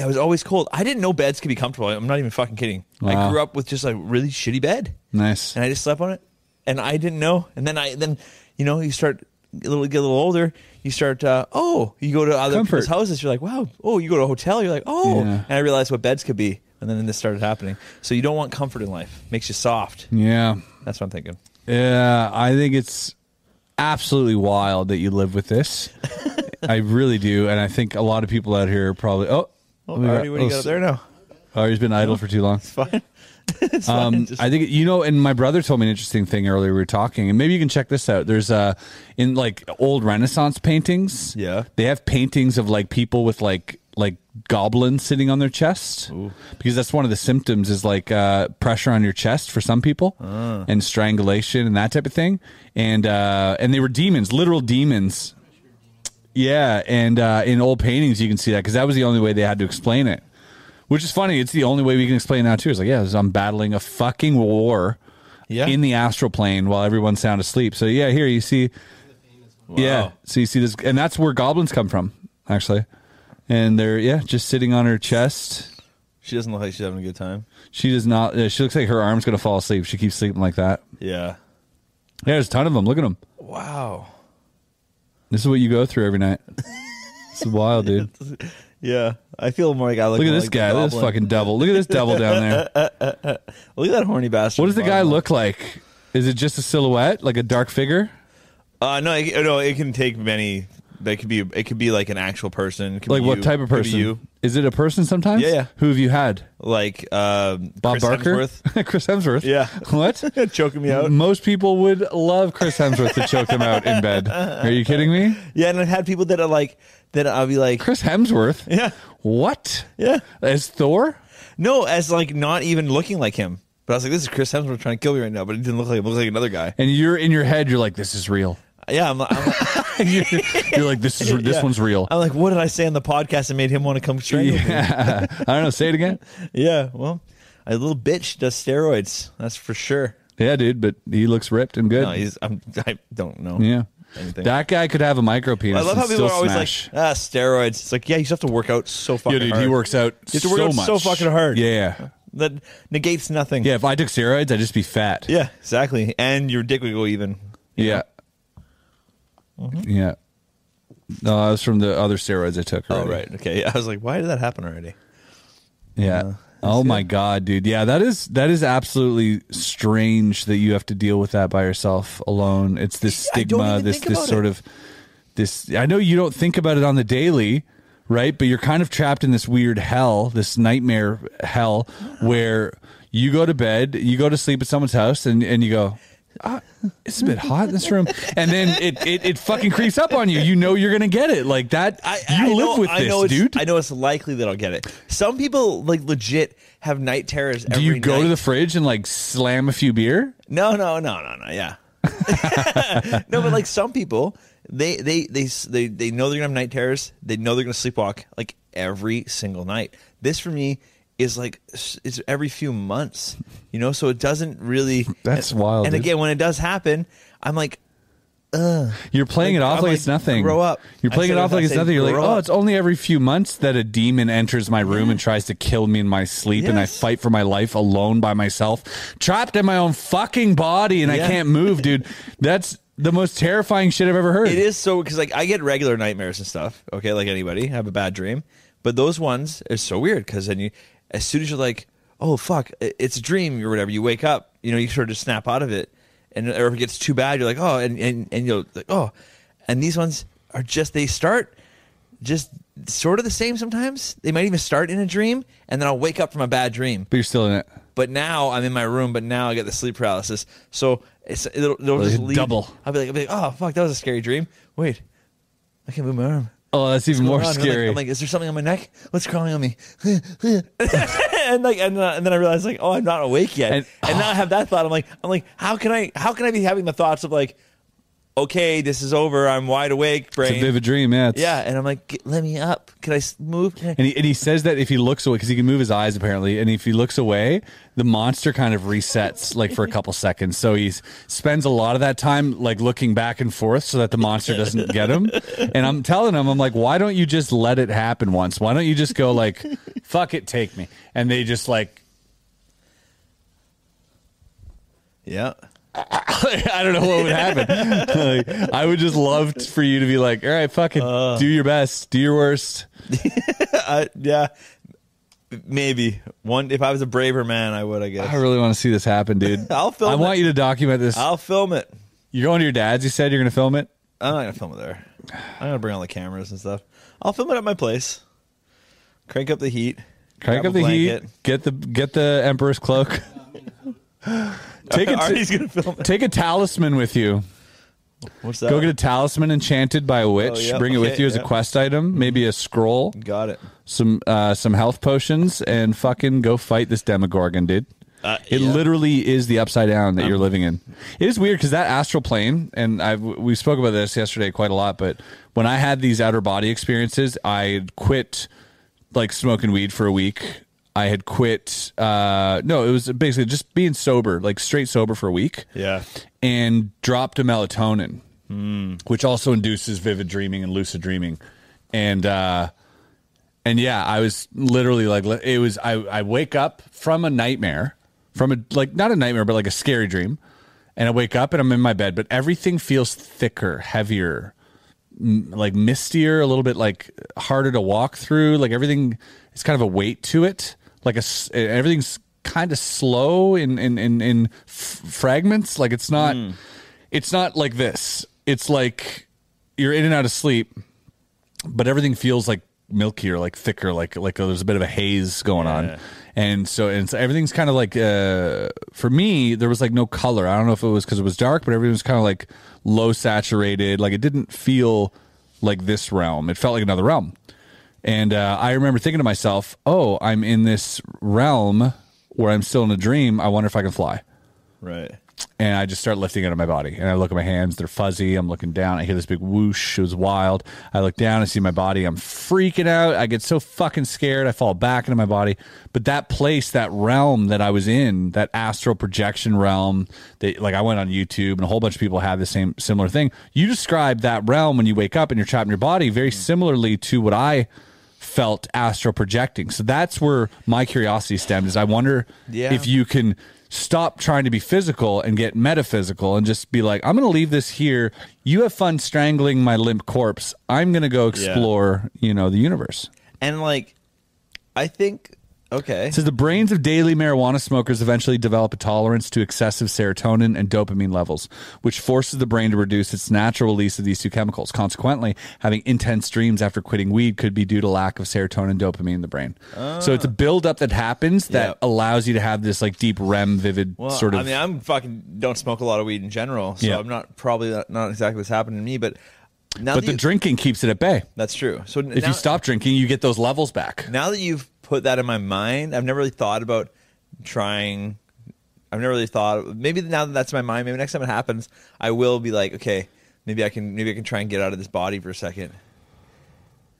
Speaker 2: I was always cold. I didn't know beds could be comfortable. I'm not even fucking kidding.
Speaker 1: Wow.
Speaker 2: I grew up with just a really shitty bed,
Speaker 1: nice
Speaker 2: and I just slept on it, and I didn't know. And then I then you know you start a little get a little older. You start uh, oh you go to other
Speaker 1: Comfort.
Speaker 2: people's houses. You're like wow oh you go to a hotel. You're like oh
Speaker 1: Yeah.
Speaker 2: and I realized what beds could be. And then this started happening. So you don't want comfort in life. Makes you soft.
Speaker 1: yeah
Speaker 2: That's what I'm thinking.
Speaker 1: Yeah, I think it's absolutely wild that you live with this. I really do, and I think a lot of people out here are probably. Oh,
Speaker 2: Oh,
Speaker 1: we
Speaker 2: Artie, what do you
Speaker 1: oh,
Speaker 2: got up there now?
Speaker 1: Oh, he's been idle for too long.
Speaker 2: It's fine. it's fine.
Speaker 1: Um,
Speaker 2: Just-
Speaker 1: I think you know, and my brother told me an interesting thing earlier. We were talking, and maybe you can check this out. There's uh, in like old Renaissance paintings.
Speaker 2: Yeah.
Speaker 1: they have paintings of like people with like like goblins sitting on their chest because that's one of the symptoms is like uh, pressure on your chest for some people
Speaker 2: Ah.
Speaker 1: and strangulation and that type of thing and uh, and they were demons literal demons yeah and uh, in old paintings you can see that because that was the only way they had to explain it Which is funny. It's the only way we can explain it now too. It's like, yeah, it's- I'm battling a fucking war
Speaker 2: Yeah.
Speaker 1: in the astral plane while everyone's sound asleep. So yeah, here you see Yeah.
Speaker 2: Wow.
Speaker 1: So you see this and that's where goblins come from, actually. And they're yeah, just sitting on her chest.
Speaker 2: She doesn't look like she's having a good time.
Speaker 1: She does not uh, she looks like her arm's going to fall asleep. She keeps sleeping like that.
Speaker 2: Yeah.
Speaker 1: Yeah, there's a ton of them. Look at them.
Speaker 2: Wow.
Speaker 1: This is what you go through every night. It's wild, dude.
Speaker 2: Yeah. I feel more like I look
Speaker 1: Look at
Speaker 2: more
Speaker 1: this
Speaker 2: like
Speaker 1: guy.
Speaker 2: the
Speaker 1: Look at this
Speaker 2: goblin.
Speaker 1: fucking devil. Look at this devil down there.
Speaker 2: Look at that horny bastard.
Speaker 1: What does the guy
Speaker 2: bottom
Speaker 1: look like? Is it just a silhouette, like a dark figure?
Speaker 2: Uh, no, it, no, it can take many. They could be. It could be like an actual person. It could
Speaker 1: Like
Speaker 2: be
Speaker 1: what
Speaker 2: you.
Speaker 1: type of
Speaker 2: Could be
Speaker 1: person?
Speaker 2: You
Speaker 1: Is it a person sometimes?
Speaker 2: Yeah, yeah.
Speaker 1: Who have you had?
Speaker 2: like um,
Speaker 1: Bob
Speaker 2: Chris
Speaker 1: Barker?
Speaker 2: Hemsworth?
Speaker 1: Chris Hemsworth?
Speaker 2: Yeah.
Speaker 1: What?
Speaker 2: choking me out.
Speaker 1: Most people would love Chris Hemsworth to choke them out in bed. Are you kidding me?
Speaker 2: Yeah, and I've had people that are like that. I'll be like,
Speaker 1: Chris Hemsworth?
Speaker 2: yeah,
Speaker 1: What?
Speaker 2: yeah.
Speaker 1: As Thor?
Speaker 2: No, as like not even looking like him. But I was like, this is Chris Hemsworth trying to kill me right now. But it didn't look like him. It looked like another guy.
Speaker 1: And you're in your head, you're like, this is real.
Speaker 2: Yeah, I'm, I'm,
Speaker 1: you're, you're like, this is this
Speaker 2: yeah.
Speaker 1: one's real.
Speaker 2: I'm like, what did I say on the podcast that made him want to come strangle me?
Speaker 1: Yeah. I don't know. Say it again.
Speaker 2: Yeah, well, a little bitch does steroids. That's for sure.
Speaker 1: Yeah, dude, but he looks ripped and good.
Speaker 2: No, he's. I'm, I don't know.
Speaker 1: yeah.
Speaker 2: Anything.
Speaker 1: That guy could have a micro penis.
Speaker 2: I love
Speaker 1: and
Speaker 2: how people are
Speaker 1: still
Speaker 2: always
Speaker 1: smash.
Speaker 2: like, ah, steroids. It's like, yeah, you just have to work out so fucking
Speaker 1: Yeah, dude,
Speaker 2: hard.
Speaker 1: he works out
Speaker 2: You have to
Speaker 1: so
Speaker 2: work out
Speaker 1: much.
Speaker 2: so fucking hard.
Speaker 1: Yeah.
Speaker 2: That negates nothing.
Speaker 1: Yeah, if I took steroids, I'd just be fat.
Speaker 2: Yeah, exactly. And your dick would go even.
Speaker 1: Yeah.
Speaker 2: Mm-hmm.
Speaker 1: Yeah. No, that was from the other steroids I took.
Speaker 2: Oh,
Speaker 1: already.
Speaker 2: right. Okay. I was like, why did that happen already?
Speaker 1: Yeah. oh my god, dude. Yeah, that is that is absolutely strange that you have to deal with that by yourself alone. It's this
Speaker 2: I don't
Speaker 1: stigma,
Speaker 2: even
Speaker 1: this
Speaker 2: think
Speaker 1: this
Speaker 2: about
Speaker 1: sort
Speaker 2: it.
Speaker 1: of this I know you don't think about it on the daily, right? But you're kind of trapped in this weird hell, this nightmare hell where you go to bed, you go to sleep at someone's house and and you go "Ah, it's a bit hot in this room, and then it, it, it fucking creeps up on you. You know you're gonna get it like that.
Speaker 2: I,
Speaker 1: you
Speaker 2: I
Speaker 1: live
Speaker 2: know,
Speaker 1: with
Speaker 2: I
Speaker 1: this,
Speaker 2: know it's-
Speaker 1: dude.
Speaker 2: I know it's likely that I'll get it. Some people, like, legit have night terrors
Speaker 1: Do
Speaker 2: every
Speaker 1: you go
Speaker 2: night.
Speaker 1: to the fridge and like slam a few beer?
Speaker 2: No, no, no, no, no. Yeah. no, but like some people, they they they they they know they're gonna have night terrors. They know they're gonna sleepwalk like every single night. This for me is like s- it's every few months, you know. So it doesn't really.
Speaker 1: That's
Speaker 2: and-
Speaker 1: wild,
Speaker 2: And
Speaker 1: dude.
Speaker 2: again, when it does happen, I'm like,
Speaker 1: You're playing it
Speaker 2: Like,
Speaker 1: off
Speaker 2: I'm
Speaker 1: like,
Speaker 2: like,
Speaker 1: it's nothing.
Speaker 2: grow up.
Speaker 1: You're
Speaker 2: I
Speaker 1: playing it
Speaker 2: said
Speaker 1: off
Speaker 2: that,
Speaker 1: like
Speaker 2: I
Speaker 1: it's
Speaker 2: said,
Speaker 1: nothing. You're like,
Speaker 2: grow
Speaker 1: oh,
Speaker 2: up.
Speaker 1: it's only every few months that a demon enters my room and tries to kill me in my sleep, and I
Speaker 2: Yes.
Speaker 1: fight for my life alone by myself, trapped in my own fucking body, and I
Speaker 2: Yeah.
Speaker 1: can't move, dude. That's the most terrifying shit I've ever heard.
Speaker 2: It is so because like I get regular nightmares and stuff. Okay, like anybody, I have a bad dream, but those ones are so weird because then you, as soon as you're like, oh fuck, i- it's a dream or whatever, you wake up, you know, you sort of just snap out of it, and or if it gets too bad, you're like, oh, and and and you're like, oh, and these ones are just they start just sort of the same sometimes. They might even start in a dream, and then I'll wake up from a bad dream.
Speaker 1: But you're still in it.
Speaker 2: But now I'm in my room, but now I get the sleep paralysis. So it's it'll, it'll
Speaker 1: Like
Speaker 2: just
Speaker 1: a
Speaker 2: lead.
Speaker 1: double.
Speaker 2: I'll be like, I'll be like, oh fuck, that was a scary dream. Wait, I can't move my arm.
Speaker 1: Oh, that's even
Speaker 2: What's
Speaker 1: more
Speaker 2: going on? I'm like-
Speaker 1: scary.
Speaker 2: I'm like, is there something on my neck? What's crawling on me? and like, and, uh, and then I realize like, oh, I'm not awake yet.
Speaker 1: And- oh.
Speaker 2: And, now I have that thought. I'm like, I'm like, how can I, how can I be having the thoughts of like, okay, this is over. I'm wide awake, brain.
Speaker 1: it's a vivid dream, yeah. it's-
Speaker 2: yeah, and I'm like, "Get- let me up. Can I s- move? Can I-
Speaker 1: And he, and he says that if he looks away, because he can move his eyes apparently, and if he looks away, the monster kind of resets like for a couple seconds. So he spends a lot of that time like looking back and forth so that the monster doesn't get him. And I'm telling him, I'm like, why don't you just let it happen once? Why don't you just go like, fuck it, take me? And they just like,
Speaker 2: yeah.
Speaker 1: I don't know what would happen. Like, I would just love t- for you to be like, all right, fucking
Speaker 2: Uh.
Speaker 1: do your best, do your worst.
Speaker 2: I, yeah, maybe one. If I was a braver man, I would. I guess
Speaker 1: I really want to see this happen, dude.
Speaker 2: I'll film
Speaker 1: I want
Speaker 2: it.
Speaker 1: you to document this.
Speaker 2: I'll film it.
Speaker 1: You're going to your dad's. You said you're going to film it.
Speaker 2: I'm not gonna film it there. I'm gonna bring all the cameras and stuff. I'll film it at my place. Crank up the heat.
Speaker 1: Crank
Speaker 2: grab
Speaker 1: up
Speaker 2: a
Speaker 1: the heat.
Speaker 2: blanket.
Speaker 1: Get the get the emperor's cloak. take a
Speaker 2: Artie's gonna film it.
Speaker 1: take a talisman with you.
Speaker 2: What's that?
Speaker 1: Go get a talisman enchanted by a witch.
Speaker 2: yeah,
Speaker 1: Bring it with
Speaker 2: Oh, okay,
Speaker 1: you as a
Speaker 2: yeah.
Speaker 1: quest item. Maybe a scroll,
Speaker 2: Got it.
Speaker 1: some uh, some health potions, and fucking go fight this demogorgon, dude.
Speaker 2: Uh,
Speaker 1: it
Speaker 2: yeah. Um,
Speaker 1: literally is the upside down that you're living in. It is weird because that astral plane, and I we spoke about this yesterday quite a lot. But when I had these outer body experiences, I quit like smoking weed for a week. I had quit. Uh, no, it was basically just being sober, like straight sober for a week,
Speaker 2: Yeah.
Speaker 1: and dropped a melatonin, which also induces vivid dreaming and lucid dreaming, and uh, and yeah, I was literally like, li- it was. I I wake up from a nightmare, from a like not a nightmare, but like a scary dream, and I wake up and I'm in my bed, but everything feels thicker, heavier like mistier, a little bit like harder to walk through. Like everything, it's kind of a weight to it. Like a s- everything's kind of slow in in in, in f- fragments. Like it's not, it's not like this. It's like you're in and out of sleep, but everything feels like milkier, like thicker, like like oh, there's a bit of a haze going
Speaker 2: Yeah.
Speaker 1: on. And so, and so everything's kind of like uh, for me, there was like no color. I don't know if it was because it was dark, but everything was kind of like low saturated. Like it didn't feel like this realm. It felt like another realm. And uh, I remember thinking to myself, "Oh, I'm in this realm where I'm still in a dream. I wonder if I can fly."
Speaker 2: Right.
Speaker 1: and I just start lifting out of my body. And I look at my hands, they're fuzzy. I'm looking down, I hear this big whoosh. It was wild. I look down, I see my body. I'm freaking out. I get so fucking scared. I fall back into my body. But that place, that realm that I was in, that astral projection realm, that like I went on YouTube and a whole bunch of people had the same similar thing. You describe that realm when you wake up and you're trapped in your body very similarly to what I felt astral projecting. So that's where my curiosity stemmed is I wonder
Speaker 2: Yeah.
Speaker 1: if you can stop trying to be physical and get metaphysical and just be like, I'm going to leave this here. You have fun strangling my limp corpse. I'm going to go explore, you know, the universe.
Speaker 2: And like, I think okay.
Speaker 1: It says the brains of daily marijuana smokers eventually develop a tolerance to excessive serotonin and dopamine levels, which forces the brain to reduce its natural release of these two chemicals. Consequently, having intense dreams after quitting weed could be due to lack of serotonin and dopamine in the brain. so
Speaker 2: Ah.
Speaker 1: it's a buildup that happens that
Speaker 2: Yep.
Speaker 1: allows you to have this like deep REM, vivid
Speaker 2: Well,
Speaker 1: sort of.
Speaker 2: I mean, I'm fucking don't smoke a lot of weed in general, so
Speaker 1: Yeah.
Speaker 2: I'm not probably not, not exactly what's happening to me. But now
Speaker 1: but
Speaker 2: that
Speaker 1: the
Speaker 2: you-
Speaker 1: drinking keeps it at bay.
Speaker 2: that's true. So
Speaker 1: If you stop drinking, you get those levels back.
Speaker 2: now that you've put that in my mind, I've never really thought about trying. I've never really thought. Maybe now that that's in my mind, maybe next time it happens, I will be like, okay, maybe I can, maybe I can try and get out of this body for a second.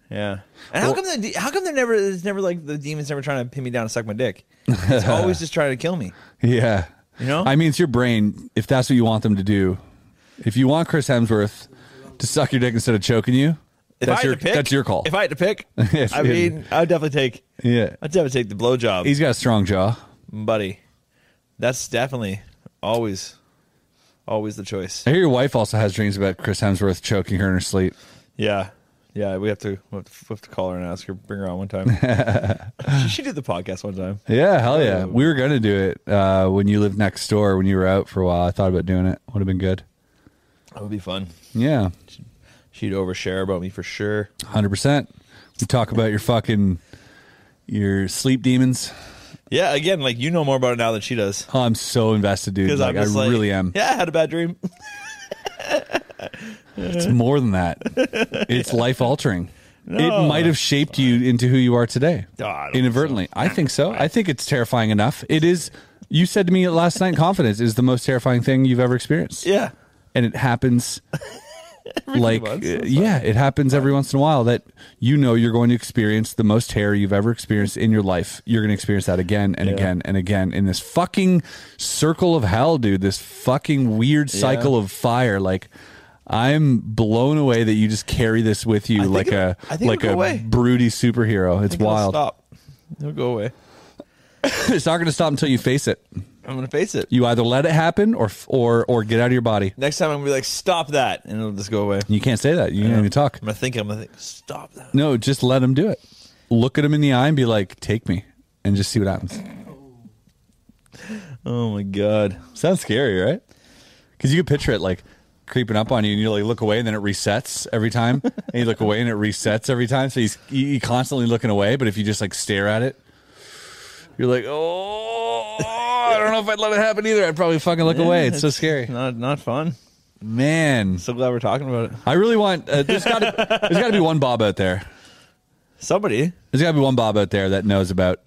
Speaker 2: Yeah. And how
Speaker 1: Well-
Speaker 2: come the de- how come they're never it's never like the demons never trying to pin me down and suck my dick? It's always just trying to kill me.
Speaker 1: Yeah.
Speaker 2: You know?
Speaker 1: I mean, it's your brain. If that's what you want them to do, if you want Chris Hemsworth to suck your dick instead of choking you,
Speaker 2: If I
Speaker 1: that's
Speaker 2: had
Speaker 1: your
Speaker 2: to pick,
Speaker 1: that's your call.
Speaker 2: If I had to pick,
Speaker 1: Yes,
Speaker 2: I
Speaker 1: you-
Speaker 2: mean, I would definitely take.
Speaker 1: yeah,
Speaker 2: I'd definitely take the blowjob,
Speaker 1: he's got a strong jaw.
Speaker 2: buddy. That's definitely always, always the choice.
Speaker 1: I hear your wife also has dreams about Chris Hemsworth choking her in her sleep.
Speaker 2: Yeah. Yeah, we have to we have to, we have to call her and ask her, bring her on one time. she, she did the podcast one time.
Speaker 1: Yeah, hell yeah. We were gonna do it uh, when you lived next door when you were out for a while. I thought about doing it. Would have been good.
Speaker 2: That would be fun.
Speaker 1: Yeah,
Speaker 2: She'd overshare about me for sure.
Speaker 1: hundred percent. We talk about your fucking your sleep demons.
Speaker 2: Yeah, again, like you know more about it now than she does.
Speaker 1: Oh, I'm so invested, dude. Like, I
Speaker 2: just
Speaker 1: really am.
Speaker 2: Yeah, I had a bad dream.
Speaker 1: It's more than that. It's life altering. It might have shaped you into who you are today.
Speaker 2: Oh, I don't think
Speaker 1: Inadvertently. I think so. I think it's terrifying enough. It is you said to me last night in confidence is the most terrifying thing you've ever experienced.
Speaker 2: yeah.
Speaker 1: And it happens like
Speaker 2: months,
Speaker 1: uh,
Speaker 2: that's
Speaker 1: yeah, it happens every once in a while that you know you're going to experience the most terror you've ever experienced in your life. You're going to experience that again and
Speaker 2: Yeah.
Speaker 1: again and again in this fucking circle of hell, dude. This fucking weird cycle of fire like I'm blown away that you just carry this with you
Speaker 2: I think
Speaker 1: like
Speaker 2: it'll-
Speaker 1: a
Speaker 2: I think
Speaker 1: like
Speaker 2: it'll
Speaker 1: a
Speaker 2: go away.
Speaker 1: broody superhero. It's
Speaker 2: I think it'll
Speaker 1: wild.
Speaker 2: Stop. It'll go away.
Speaker 1: it's not going to stop until you face it.
Speaker 2: I'm gonna face it.
Speaker 1: You either let it happen or or or get out of your body.
Speaker 2: Next time I'm gonna be like, stop that, and it'll just go away.
Speaker 1: You can't say that. You can't even talk.
Speaker 2: I'm gonna think. I'm gonna think. Stop that.
Speaker 1: No, just let him do it. Look at him in the eye and be like, "Take me," and just see what happens.
Speaker 2: Oh my god.
Speaker 1: Sounds scary, right? Because you can picture it like creeping up on you, and you like look away, and then it resets every time. and you look away, and it resets every time. So he's you you constantly looking away. But if you just like stare at it, you're like, "Oh, I don't know if I'd let it happen either. I'd probably fucking look away. It's so scary,
Speaker 2: Not not fun.
Speaker 1: man."
Speaker 2: So glad we're talking about it.
Speaker 1: I really want. Uh, there's got to. there's got to be one Bob out there.
Speaker 2: Somebody
Speaker 1: There's got to be one Bob out there that knows about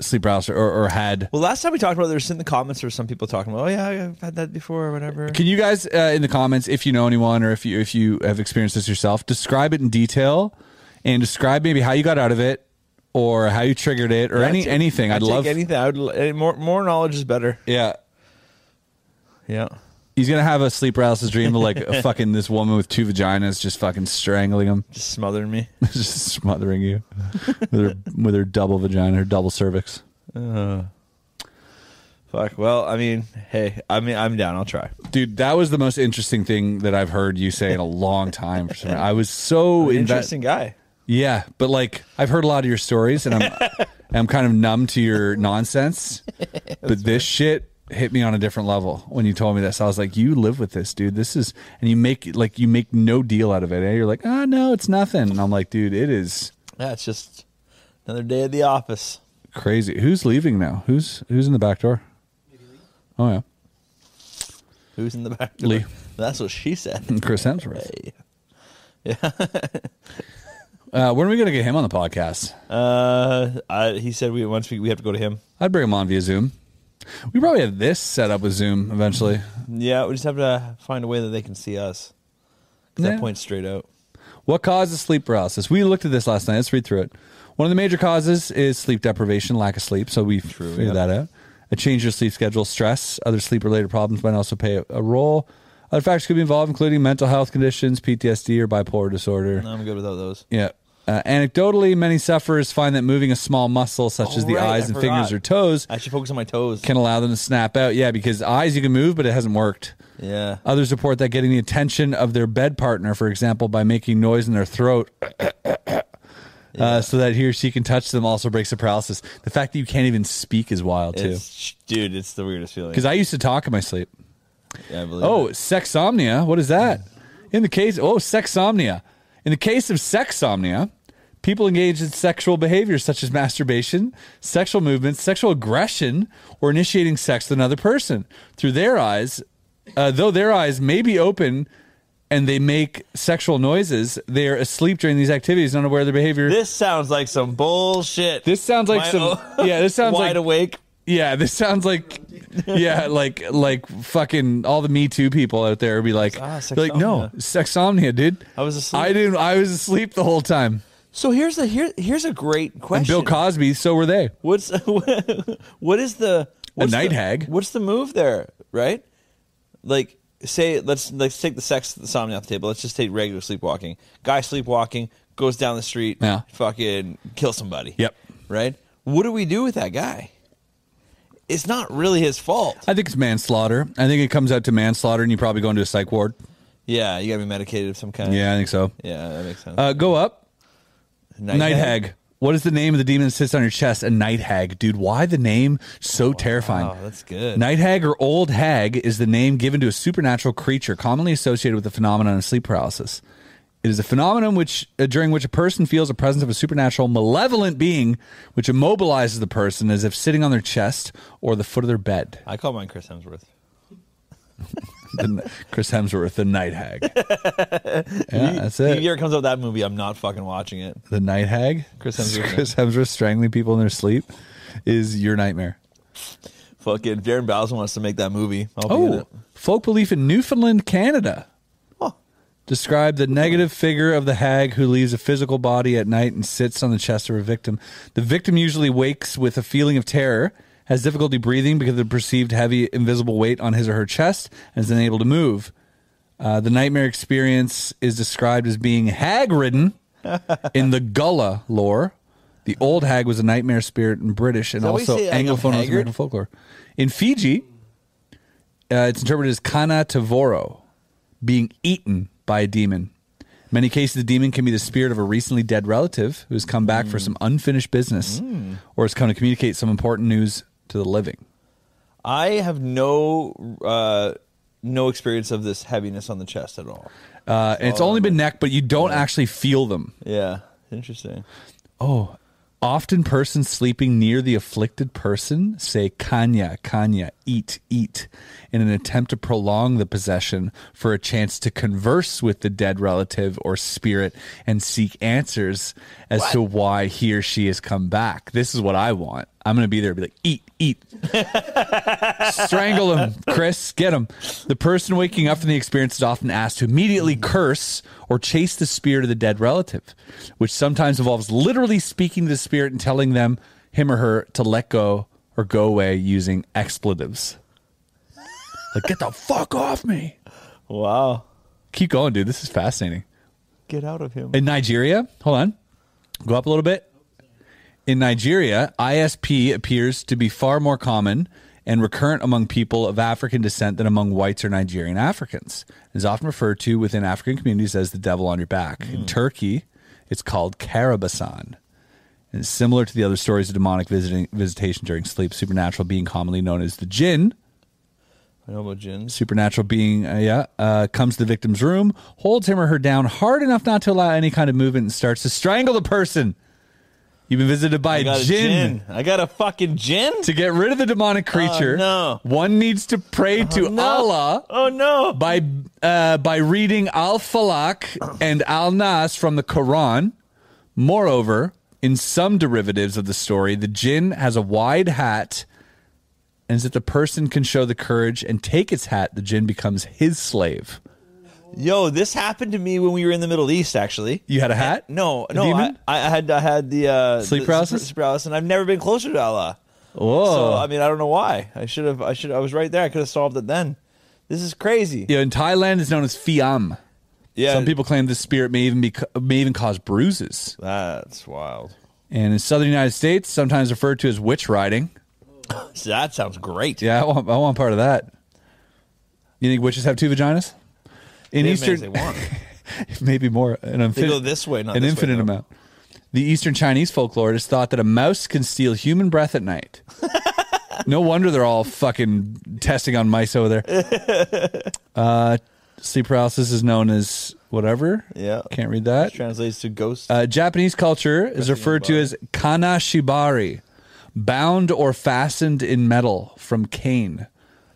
Speaker 1: sleep paralysis or, or had.
Speaker 2: Well, last time we talked about it, there was in the comments there were some people talking about, oh yeah, I've had that before or whatever.
Speaker 1: Can you guys uh, in the comments, if you know anyone or if you if you have experienced this yourself, describe it in detail and describe maybe how you got out of it, or how you triggered it or any
Speaker 2: I'd take-
Speaker 1: anything. I'd
Speaker 2: take
Speaker 1: love.
Speaker 2: anything. I would l- eh, more more knowledge is better.
Speaker 1: yeah.
Speaker 2: Yeah.
Speaker 1: He's gonna have a sleep paralysis dream of like a fucking this woman with two vaginas just fucking strangling him,
Speaker 2: Just smothering me.
Speaker 1: just smothering you with her with her double vagina, her double cervix.
Speaker 2: Uh, fuck. Well, I mean, hey, I mean, I'm down. I'll try.
Speaker 1: Dude, that was the most interesting thing that I've heard you say in a long time. For some reason. I was so inve-
Speaker 2: Interesting guy.
Speaker 1: Yeah, but like I've heard a lot of your stories, and I'm I'm kind of numb to your nonsense. but this shit hit me on a different level when you told me this. I was like, you live with this, dude. This is, and you make like you make no deal out of it. And you're like, ah, no, it's nothing. And I'm like, dude, it is
Speaker 2: Yeah, it's just another day at the office.
Speaker 1: crazy. Who's leaving now? Who's who's in the back door? Oh yeah,
Speaker 2: Who's in the back?
Speaker 1: Lee.
Speaker 2: That's what she said.
Speaker 1: and Chris Hemsworth.
Speaker 2: Hey.
Speaker 1: Uh, when are we gonna get him on the podcast?
Speaker 2: Uh, I, he said we once we, we have to go to him.
Speaker 1: I'd bring him on via Zoom. We probably have this set up with Zoom eventually.
Speaker 2: Yeah, we just have to find a way that they can see us. 'Cause
Speaker 1: Yeah.
Speaker 2: That point's straight out.
Speaker 1: What causes sleep paralysis? We looked at this last night. Let's read through it. One of the major causes is sleep deprivation, lack of sleep. So we figured
Speaker 2: yeah.
Speaker 1: that out. A change in your sleep schedule, stress, other sleep related problems might also play a- a role. Other factors could be involved, including mental health conditions, PTSD, or bipolar disorder.
Speaker 2: I'm good without those.
Speaker 1: Yeah. Uh, anecdotally, many sufferers find that moving a small muscle, such
Speaker 2: Oh,
Speaker 1: as the
Speaker 2: right,
Speaker 1: eyes
Speaker 2: I
Speaker 1: and
Speaker 2: forgot.
Speaker 1: fingers or toes,
Speaker 2: I should focus on my toes.
Speaker 1: can allow them to snap out. Yeah, because eyes you can move, but it hasn't worked.
Speaker 2: yeah.
Speaker 1: Others report that getting the attention of their bed partner, for example, by making noise in their throat, uh, so that he or she can touch them, also breaks the paralysis. The fact that you can't even speak is wild too.
Speaker 2: It's, dude, it's the weirdest feeling.
Speaker 1: Because I used to talk in my sleep.
Speaker 2: Yeah, I believe
Speaker 1: Oh,
Speaker 2: it.
Speaker 1: sexomnia. What is that? In the case, oh, sexomnia. In the case of sexomnia, people engage in sexual behaviors such as masturbation, sexual movements, sexual aggression, or initiating sex with another person through their eyes. Uh, though their eyes may be open and they make sexual noises, they are asleep during these activities, and unaware of their behavior.
Speaker 2: this sounds like some bullshit.
Speaker 1: This sounds like
Speaker 2: My-
Speaker 1: some-
Speaker 2: oh,
Speaker 1: yeah, this sounds
Speaker 2: wide
Speaker 1: like-
Speaker 2: awake.
Speaker 1: yeah, this sounds like, yeah, like like fucking all the Me Too people out there would be like,
Speaker 2: Ah,
Speaker 1: be like no, sexomnia, dude.
Speaker 2: I was asleep.
Speaker 1: I didn't. I was asleep the whole time.
Speaker 2: So here's the here here's a great question.
Speaker 1: And Bill Cosby, so were they.
Speaker 2: What's what is the what's
Speaker 1: night
Speaker 2: the-
Speaker 1: hag.
Speaker 2: What's the move there? Right? Like say let's let's take the sex insomnia off the table. Let's just take regular sleepwalking. Guy sleepwalking goes down the street.
Speaker 1: Yeah.
Speaker 2: Fucking kill somebody.
Speaker 1: Yep.
Speaker 2: Right. What do we do with that guy? It's not really his fault.
Speaker 1: I think it's manslaughter. I think it comes out to manslaughter, and you probably go into a psych ward.
Speaker 2: Yeah, you gotta be medicated of some kind.
Speaker 1: Yeah, I think so.
Speaker 2: Yeah, that makes sense.
Speaker 1: Uh, go up,
Speaker 2: night,
Speaker 1: night, hag. What is the name of the demon that sits on your chest? A night hag, dude. Why the name? So terrifying.
Speaker 2: Oh, that's good.
Speaker 1: Night hag or old hag is the name given to a supernatural creature commonly associated with the phenomenon of sleep paralysis. It is a phenomenon which uh, during which a person feels the presence of a supernatural malevolent being which immobilizes the person as if sitting on their chest or the foot of their bed.
Speaker 2: I call mine Chris Hemsworth.
Speaker 1: The- Chris Hemsworth, the night hag. Yeah, that's it.
Speaker 2: If he ever comes up with that movie, I'm not fucking watching it.
Speaker 1: The night hag.
Speaker 2: Chris Hemsworth.
Speaker 1: Chris Hemsworth strangling people in their sleep is your nightmare.
Speaker 2: Fucking Darren Bowles wants to make that movie. I'll be in
Speaker 1: Oh,
Speaker 2: it.
Speaker 1: folk belief in Newfoundland, Canada.
Speaker 2: Huh.
Speaker 1: Describe the negative figure of the hag who leaves a physical body at night and sits on the chest of her victim. The victim usually wakes with a feeling of terror, has difficulty breathing because of the perceived heavy, invisible weight on his or her chest, and is unable to move. Uh, the nightmare experience is described as being hag ridden in the Gullah lore. The old hag was a nightmare spirit in British and
Speaker 2: that what you
Speaker 1: also
Speaker 2: say, like, I'm
Speaker 1: Anglophone North
Speaker 2: haggard?
Speaker 1: American folklore. In Fiji, uh, it's interpreted as kana tavoro, being eaten by a demon. In many cases, the demon can be the spirit of a recently dead relative who has come back
Speaker 2: Hmm.
Speaker 1: for some unfinished business or has come to communicate some important news to the living.
Speaker 2: I have no uh, no experience of this heaviness on the chest at all.
Speaker 1: Uh, and it's only been neck, but you don't actually feel them.
Speaker 2: Yeah, interesting.
Speaker 1: Oh, often persons sleeping near the afflicted person say kanya, kanya, eat, eat, in an attempt to prolong the possession for a chance to converse with the dead relative or spirit and seek answers as to why he or she has come back. This is what I want. I'm gonna be there. Be like, eat, eat, strangle him, Chris, get him. The person waking up from the experience is often asked to immediately curse or chase the spirit of the dead relative, which sometimes involves literally speaking to the spirit and telling them, him or her, to let go or go away using expletives. Like, get the fuck off me.
Speaker 2: Wow.
Speaker 1: Keep going, dude. This is fascinating
Speaker 2: Get out of him.
Speaker 1: in Nigeria. Hold on, go up a little bit. In Nigeria, ISP appears to be far more common and recurrent among people of African descent than among whites or Nigerian Africans. It is often referred to within African communities as the devil on your back. In Turkey, it's called Karabasan. And it's similar to the other stories of demonic visiting, visitation during sleep, supernatural being commonly known as the jinn,
Speaker 2: I know about gins.
Speaker 1: supernatural being uh, yeah uh, comes to the victim's room holds him or her down hard enough not to allow any kind of movement and starts to strangle the person you've been visited by
Speaker 2: I
Speaker 1: a
Speaker 2: got
Speaker 1: jinn,
Speaker 2: a gin. I got a fucking gin.
Speaker 1: to get rid of the demonic creature
Speaker 2: Oh, no. Oh,
Speaker 1: one needs to pray to
Speaker 2: No.
Speaker 1: allah
Speaker 2: Oh no.
Speaker 1: by uh, by reading Al Falak and Al Nas from the Quran. Moreover, in some derivatives of the story, the jinn has a wide hat, and if the person can show the courage and take its hat, the jinn becomes his slave.
Speaker 2: Yo, this happened to me when we were in the Middle East. Actually,
Speaker 1: You had a hat?
Speaker 2: no,
Speaker 1: A
Speaker 2: no, I,
Speaker 1: demon?
Speaker 2: I had I had the uh,
Speaker 1: Sleep
Speaker 2: the
Speaker 1: paralysis? Oh.
Speaker 2: Sleep paralysis, and I've never been closer to Allah.
Speaker 1: Whoa!
Speaker 2: So I mean, I don't know why. I should have. I should. I was right there. I could have solved it then. This is crazy.
Speaker 1: yeah, in Thailand, it's known as fiam.
Speaker 2: Yeah.
Speaker 1: Some people claim this spirit may even be may even cause bruises.
Speaker 2: That's wild.
Speaker 1: And in southern United States, sometimes referred to as witch riding.
Speaker 2: So that sounds great.
Speaker 1: Yeah, I want, I want part of that. You think witches have two vaginas? In
Speaker 2: They have many as
Speaker 1: Eastern,
Speaker 2: they want.
Speaker 1: maybe more. An infinite,
Speaker 2: go this way, not
Speaker 1: an
Speaker 2: this way,
Speaker 1: infinite
Speaker 2: no.
Speaker 1: amount. The Eastern Chinese folklore is thought that a mouse can steal human breath at night. no wonder they're all fucking testing on mice over there. Uh, sleep paralysis is known as whatever.
Speaker 2: Yeah.
Speaker 1: can't read that.
Speaker 2: Translates to ghost.
Speaker 1: Uh, Japanese culture is referred to
Speaker 2: body.
Speaker 1: as kanashibari, bound or fastened in metal from cane,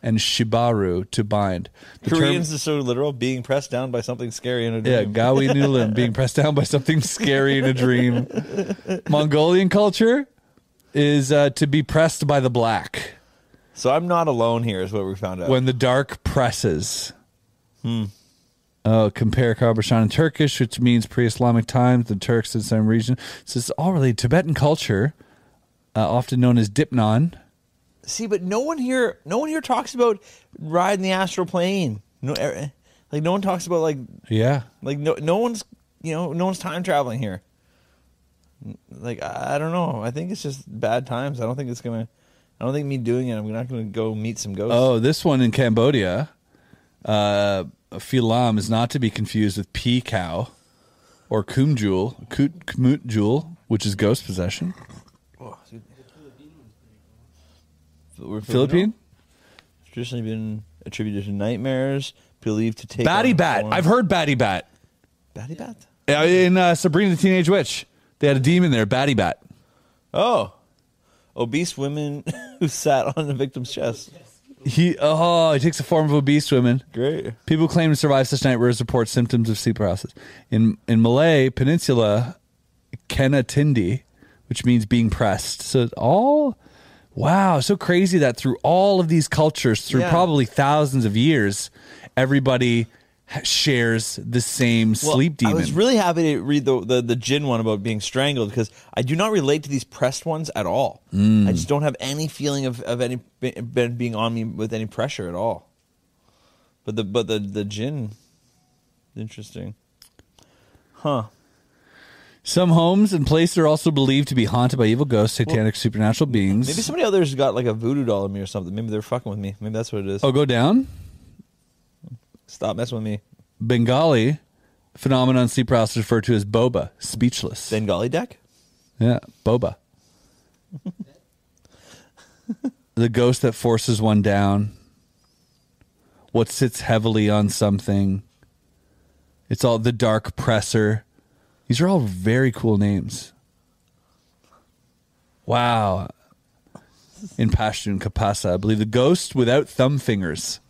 Speaker 1: and shibaru to bind. The term-
Speaker 2: Koreans is so literal, being pressed down by something scary in a
Speaker 1: yeah,
Speaker 2: dream.
Speaker 1: gawi nulim, being pressed down by something scary in a dream. Mongolian culture is uh, to be pressed by the black
Speaker 2: so I'm not alone here, is what we found out.
Speaker 1: when the dark presses. Oh, compare Kabashan and Turkish, which means pre-Islamic times, the Turks in some region. So it's all related. Tibetan culture, uh, often known as Dipnon.
Speaker 2: See, but no one here, no one here talks about riding the astral plane. No, er, like no one talks about like,
Speaker 1: Yeah,
Speaker 2: like no, no one's, you know, no one's time traveling here. Like I I don't know. I think it's just bad times. I don't think it's gonna. I don't think me doing it. I'm not gonna go meet some ghosts.
Speaker 1: Oh, this one in Cambodia, uh, Philam is not to be confused with pea cow or kumjul, kut- kmut jul, which is ghost possession. Oh.
Speaker 2: Oh, We're
Speaker 1: Philippine?
Speaker 2: traditionally been attributed to nightmares, believed to take
Speaker 1: Batty
Speaker 2: on
Speaker 1: bat.
Speaker 2: form-
Speaker 1: I've heard batty bat.
Speaker 2: batty bat.
Speaker 1: Uh, In uh, Sabrina the Teenage Witch, they had a demon there, batty bat.
Speaker 2: Oh, obese women who sat on the victim's chest.
Speaker 1: He, oh, he takes the form of obese women.
Speaker 2: Great.
Speaker 1: People who claim to survive such nightmares report symptoms of sleep paralysis. In in Malay Peninsula, Kena Tindi, which means being pressed. So it's all wow, so crazy that through all of these cultures, through
Speaker 2: Yeah.
Speaker 1: probably thousands of years, everybody ha- shares the same
Speaker 2: Well,
Speaker 1: sleep demon.
Speaker 2: I was really happy to read the the, the gin one about being strangled because I do not relate to these pressed ones at all.
Speaker 1: Hmm.
Speaker 2: I just don't have any feeling of, of any be- been being on me with any pressure at all. But the but the the gin, interesting, huh?
Speaker 1: Some homes and places are also believed to be haunted by evil ghosts, satanic supernatural beings.
Speaker 2: Maybe somebody out there's got like a voodoo doll of me or something. Maybe they're fucking with me. Maybe that's what it is.
Speaker 1: oh, go down.
Speaker 2: Stop messing with me.
Speaker 1: Bengali phenomenon sleep paralysis referred to as boba, speechless.
Speaker 2: Bengali deck.
Speaker 1: Yeah, boba. the ghost that forces one down. What sits heavily on something. It's all the dark presser. These are all very cool names. Wow. In Pashtun Kapasa, I believe the ghost without thumb fingers.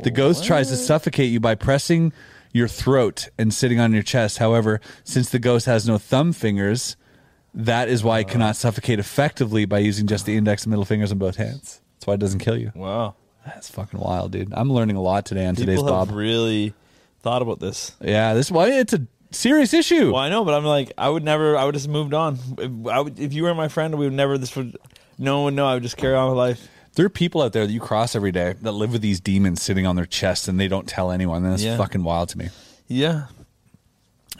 Speaker 1: The ghost tries to suffocate you by pressing your throat and sitting on your chest. However, since the ghost has no thumb fingers, That is why it cannot suffocate effectively by using just the index and middle fingers on both hands. That's why it doesn't kill you.
Speaker 2: Wow.
Speaker 1: That's fucking wild, dude. I'm learning a lot today on today's
Speaker 2: People have
Speaker 1: Bob.
Speaker 2: really thought about this.
Speaker 1: yeah, this why it's a serious issue.
Speaker 2: Well, I know, but I'm like, I would never. I would just moved on. If, I would, if you were my friend, we would never. This would. No one would know. I would just carry on with life.
Speaker 1: There are people out there that you cross every day that live with these demons sitting on their chest and they don't tell anyone. That's
Speaker 2: Yeah.
Speaker 1: fucking wild to me.
Speaker 2: Yeah.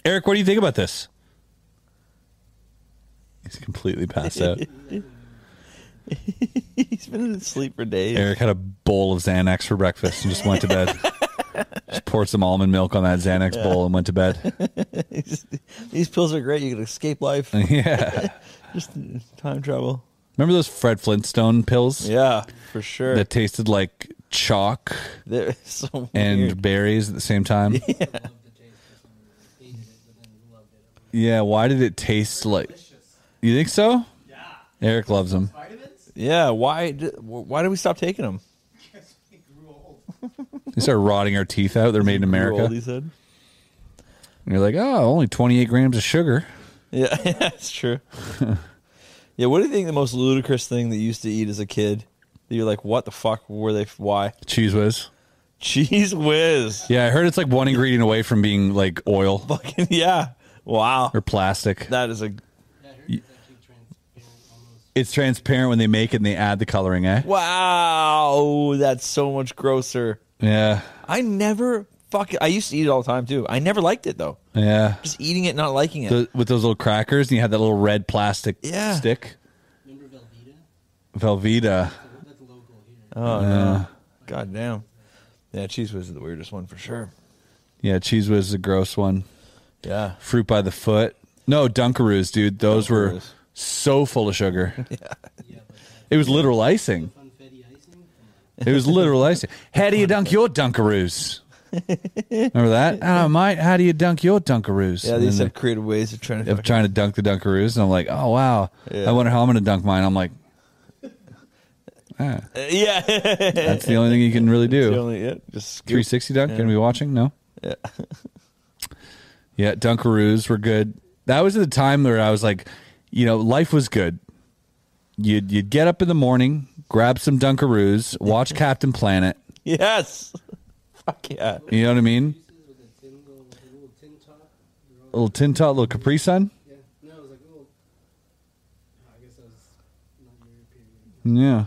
Speaker 1: Eric, what do you think about this? He's completely passed out.
Speaker 2: He's been asleep for days.
Speaker 1: Eric had a bowl of Xanax for breakfast and just went to bed. just poured some almond milk on that Xanax bowl and went to bed.
Speaker 2: He's- These pills are great. You can escape life.
Speaker 1: yeah.
Speaker 2: just time travel.
Speaker 1: Remember those Fred Flintstone pills
Speaker 2: Yeah, for sure.
Speaker 1: that tasted like chalk
Speaker 2: They're so
Speaker 1: and
Speaker 2: weird.
Speaker 1: berries at the same time?
Speaker 3: Loved the taste for some reason. Hated it, but then loved it.
Speaker 1: yeah, why did it taste like
Speaker 3: Delicious.
Speaker 1: You think so?
Speaker 3: Yeah.
Speaker 1: Eric loves them.
Speaker 3: Vitamins?
Speaker 2: yeah. Why? d- Why did we stop taking them?
Speaker 3: Because we grew old.
Speaker 1: They start rotting our teeth out. They're made in America.
Speaker 2: Old, he said.
Speaker 1: And you're like, oh, only 28 grams of sugar.
Speaker 2: Yeah, that's true. yeah, what do you think the most ludicrous thing that you used to eat as a kid? That you're like, what the fuck were they? Why?
Speaker 1: Cheese whiz.
Speaker 2: Cheese whiz.
Speaker 1: Yeah, I heard it's like one ingredient away from being like oil
Speaker 2: Fucking yeah. Wow.
Speaker 1: or plastic.
Speaker 2: That is a
Speaker 3: Yeah, I heard it's actually transparent almost.
Speaker 1: It's transparent when they make it and they add the coloring, eh?
Speaker 2: wow. That's so much grosser.
Speaker 1: Yeah.
Speaker 2: I never fuck. I used to eat it all the time too. I never liked it though.
Speaker 1: Yeah.
Speaker 2: Just eating it, not liking it.
Speaker 1: Th- with those little crackers, and you had that little red plastic
Speaker 2: Yeah.
Speaker 1: stick.
Speaker 3: Remember
Speaker 1: Velveeta. Uh,
Speaker 3: Velveeta? That's- That's local here.
Speaker 2: oh no. God damn. Yeah, cheese whiz is the weirdest one for sure.
Speaker 1: Yeah, Cheese Whiz is a gross one.
Speaker 2: Yeah.
Speaker 1: Fruit by the foot. No, Dunkaroos, dude. Those were
Speaker 2: Dunkaroos.
Speaker 1: so full of sugar.
Speaker 3: Yeah, but that
Speaker 1: It was literal icing.
Speaker 3: funfetti icing? Come on.
Speaker 1: It was literal icing. How do you dunk your Dunkaroos? Remember that? Oh, mate, how do you dunk your Dunkaroos?
Speaker 2: Yeah,
Speaker 1: And
Speaker 2: these
Speaker 1: then
Speaker 2: have creative ways of trying to.
Speaker 1: they- I'm trying to dunk the Dunkaroos, and I'm like, oh, wow.
Speaker 2: Yeah.
Speaker 1: I wonder how I'm going to dunk mine. I'm like, ah,
Speaker 2: fucking- yeah.
Speaker 1: that's the only thing you can really do.
Speaker 2: The only- yeah, just scoop.
Speaker 1: 360 dunk?
Speaker 2: Yeah.
Speaker 1: Gonna be watching? No.
Speaker 2: Yeah.
Speaker 1: yeah, Dunkaroos were good. That was at the time where I was like, you know, life was good. You'd you'd get up in the morning, grab some Dunkaroos, watch Captain Planet.
Speaker 2: Yes. Fuck yeah.
Speaker 1: You know what I mean?
Speaker 3: Juices with a tin little, with a little tin top. They're all-
Speaker 1: A little tin tot, little Capri Sun.
Speaker 3: Yeah. No, it was like a little. No, I guess that was not European.
Speaker 1: Yeah,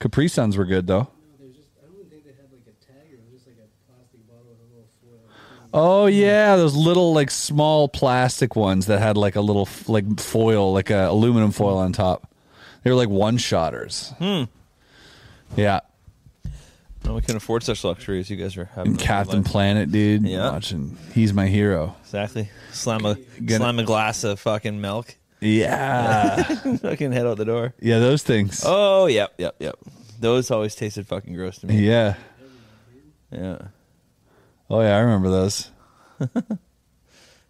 Speaker 1: Capri Suns were good though.
Speaker 3: No, they were just. I don't even think they had like a tag. It was just like a plastic bottle with a little foil. thing.
Speaker 1: Oh
Speaker 2: Hmm.
Speaker 1: yeah, those little like small plastic ones that had like a little f- like foil, like a aluminum foil on top. They were like one shotters.
Speaker 2: Hmm.
Speaker 1: Yeah,
Speaker 2: No, we can afford such luxuries. You guys are having
Speaker 1: and
Speaker 2: a good
Speaker 1: Captain
Speaker 2: life.
Speaker 1: Planet, dude.
Speaker 2: Yeah.
Speaker 1: Watching, he's my hero.
Speaker 2: Exactly. Slam a
Speaker 1: Gonna-
Speaker 2: slam a glass of fucking milk.
Speaker 1: Yeah.
Speaker 2: fucking head out the door.
Speaker 1: yeah, those things.
Speaker 2: Oh yep, yep, yep. Those always tasted fucking gross to me.
Speaker 1: Yeah.
Speaker 2: Yeah.
Speaker 1: Oh yeah, I remember those.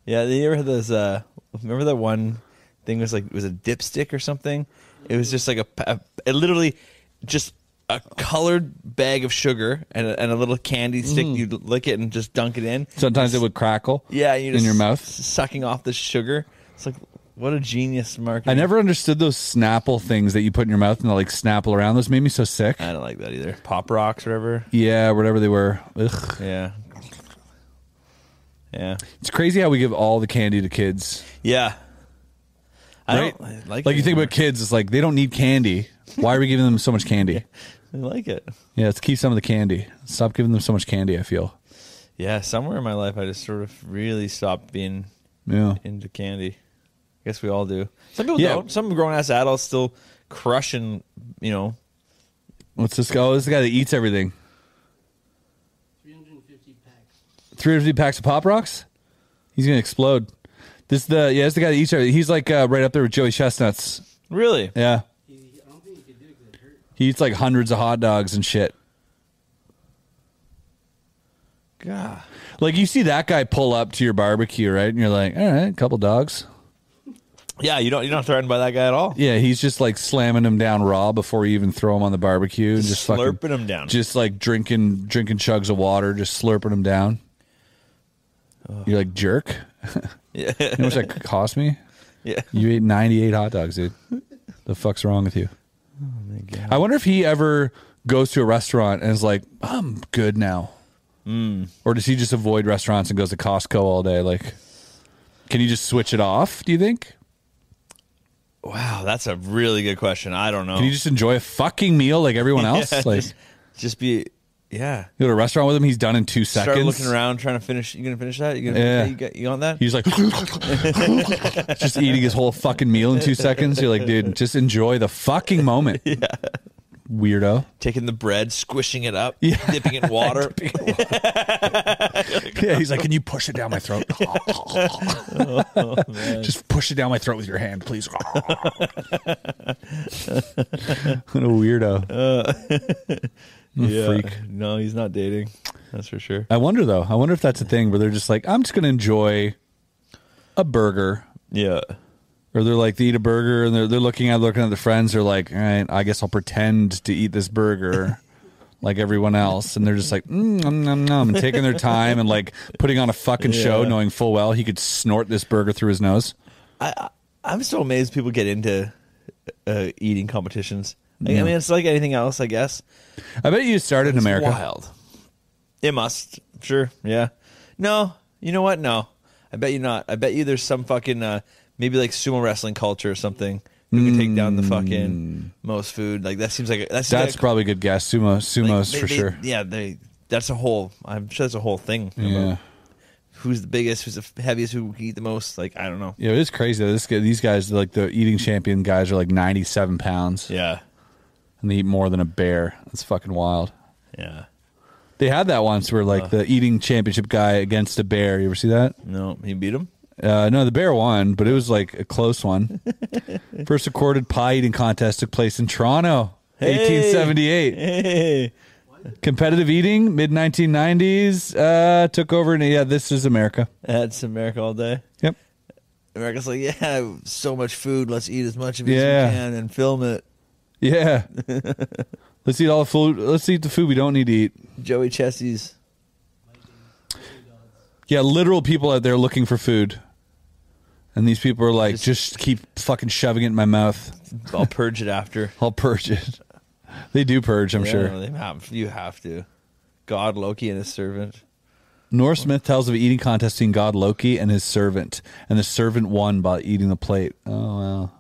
Speaker 2: Yeah. They ever had those? Uh, remember that one thing was like it was a dipstick or something? It was just like a, pa- a literally just a colored bag of sugar and a, and a little candy stick. You'd lick it and just dunk it in.
Speaker 1: Sometimes it would crackle.
Speaker 2: Yeah, you
Speaker 1: in
Speaker 2: just
Speaker 1: your mouth.
Speaker 2: s- sucking off the sugar. It's like what a genius marketing.
Speaker 1: I never understood those Snapple things that you put in your mouth and they like snapple around. Those made me so sick.
Speaker 2: I don't like that either. Pop rocks, or whatever.
Speaker 1: Yeah, whatever they were. Ugh.
Speaker 2: Yeah. Yeah.
Speaker 1: It's crazy how we give all the candy to kids.
Speaker 2: Yeah. I
Speaker 1: Right?
Speaker 2: don't like.
Speaker 1: Like, you think
Speaker 2: anymore.
Speaker 1: about kids, it's like they don't need candy. Why are we giving them so much candy?
Speaker 2: I like it.
Speaker 1: Yeah, let's keep some of the candy. Stop giving them so much candy, I feel.
Speaker 2: Yeah. Somewhere in my life, I just sort of really stopped being
Speaker 1: Yeah.
Speaker 2: into candy. I guess we all do. Some people
Speaker 1: Yeah.
Speaker 2: don't. Some grown ass adults still crushing. You know.
Speaker 1: What's this guy? Oh, this is the guy that eats everything.
Speaker 3: 350 packs.
Speaker 1: 350 packs of Pop Rocks? He's going to explode. This is the yeah, this is the guy that eats everything. He's like uh, right up there with Joey Chestnuts.
Speaker 2: Really.
Speaker 1: Yeah.
Speaker 3: He, I don't think he could do it 'cause it hurt.
Speaker 1: He eats like hundreds of hot dogs and shit.
Speaker 2: God.
Speaker 1: Like you see that guy pull up to your barbecue, right? And you're like, all right, a couple dogs.
Speaker 2: Yeah. You don't. You're not threatened by that guy at all.
Speaker 1: Yeah, he's just like slamming them down raw before you even throw them on the barbecue. and just fucking,
Speaker 2: slurping them down.
Speaker 1: just like drinking drinking chugs of water, just slurping them down. You're like jerk.
Speaker 2: yeah.
Speaker 1: You know how much that cost me?
Speaker 2: Yeah.
Speaker 1: You ate 98 hot dogs, dude. The fuck's wrong with you? I wonder if he ever goes to a restaurant and is like, I'm good now.
Speaker 2: Hmm.
Speaker 1: Or does he just avoid restaurants and goes to Costco all day? Like, can you just switch it off, do you think?
Speaker 2: Wow, that's a really good question. I don't know.
Speaker 1: Can you just enjoy a fucking meal like everyone else?
Speaker 2: Yeah,
Speaker 1: like,
Speaker 2: just, just be yeah.
Speaker 1: you go to a restaurant with him, he's done in two seconds.
Speaker 2: Start looking around, trying to finish. You gonna finish that? You gonna?
Speaker 1: Yeah.
Speaker 2: You, got, you on that?
Speaker 1: He's like, just eating his whole fucking meal in two seconds. You're like, dude, just enjoy the fucking moment. Yeah. Weirdo.
Speaker 2: Taking the bread, squishing it up,
Speaker 1: Yeah.
Speaker 2: dipping it in water.
Speaker 1: Yeah, he's like, can you push it down my throat? Just push it down my throat with your hand, please. what a weirdo.
Speaker 2: yeah.
Speaker 1: freak.
Speaker 2: No, he's not dating. That's for sure.
Speaker 1: I wonder though. I wonder if that's a thing where they're just like, I'm just gonna enjoy a burger,
Speaker 2: Yeah.
Speaker 1: or they're like, they eat a burger and they're they're looking at looking at their friends. They're like, all right, I guess I'll pretend to eat this burger. Like everyone else, and they're just like, mm, nom, nom, nom, and taking their time and like putting on a fucking show,
Speaker 2: Yeah.
Speaker 1: knowing full well he could snort this burger through his nose.
Speaker 2: I'm so amazed people get into uh, eating competitions. Like, I mean, it's like anything else, I guess.
Speaker 1: I bet you started in
Speaker 2: It's
Speaker 1: America.
Speaker 2: Wild. It must. Sure. Yeah. No. You know what? No. I bet you not. I bet you there's some fucking uh, maybe like sumo wrestling culture or something. Who can take down the fucking most food? Like that seems like a, that seems
Speaker 1: That's
Speaker 2: like a-
Speaker 1: probably a good guess. Sumo,
Speaker 2: like,
Speaker 1: sumos
Speaker 2: they-
Speaker 1: for
Speaker 2: they-
Speaker 1: sure.
Speaker 2: Yeah. They. That's a whole. I'm sure that's a whole thing.
Speaker 1: Yeah,
Speaker 2: about Who's the biggest? Who's the f- heaviest? Who can eat the most? Like I don't know.
Speaker 1: yeah, it is crazy. Though. This guy, these guys, like the eating champion guys, are like ninety-seven pounds,
Speaker 2: Yeah.
Speaker 1: and they eat more than a bear. That's fucking wild.
Speaker 2: Yeah.
Speaker 1: They had that once where like the eating championship guy against a bear. You ever see that?
Speaker 2: No. He beat him.
Speaker 1: Uh, no, the bear won, but it was like a close one. First recorded pie eating contest took place in Toronto,
Speaker 2: Hey!
Speaker 1: 1878.
Speaker 2: Hey.
Speaker 1: Competitive eating, mid 1990s, uh, took over. And yeah, this is America.
Speaker 2: That's America all day.
Speaker 1: Yep.
Speaker 2: America's like, yeah, so much food. Let's eat as much of it
Speaker 1: Yeah.
Speaker 2: as we can and film it.
Speaker 1: Yeah. let's eat all the food. Let's eat the food we don't need to eat.
Speaker 2: Joey Chessie's.
Speaker 1: Yeah, literal people out there looking for food. And these people are like, just,
Speaker 2: Just-
Speaker 1: keep fucking shoving it in my mouth.
Speaker 2: I'll purge it after.
Speaker 1: I'll purge it. They do purge, I'm
Speaker 2: Yeah,
Speaker 1: sure.
Speaker 2: they have- you have to. God, Loki, and his servant.
Speaker 1: Norm Smith tells of an eating contest between God Loki and his servant. And the servant won by eating the plate. Oh, wow.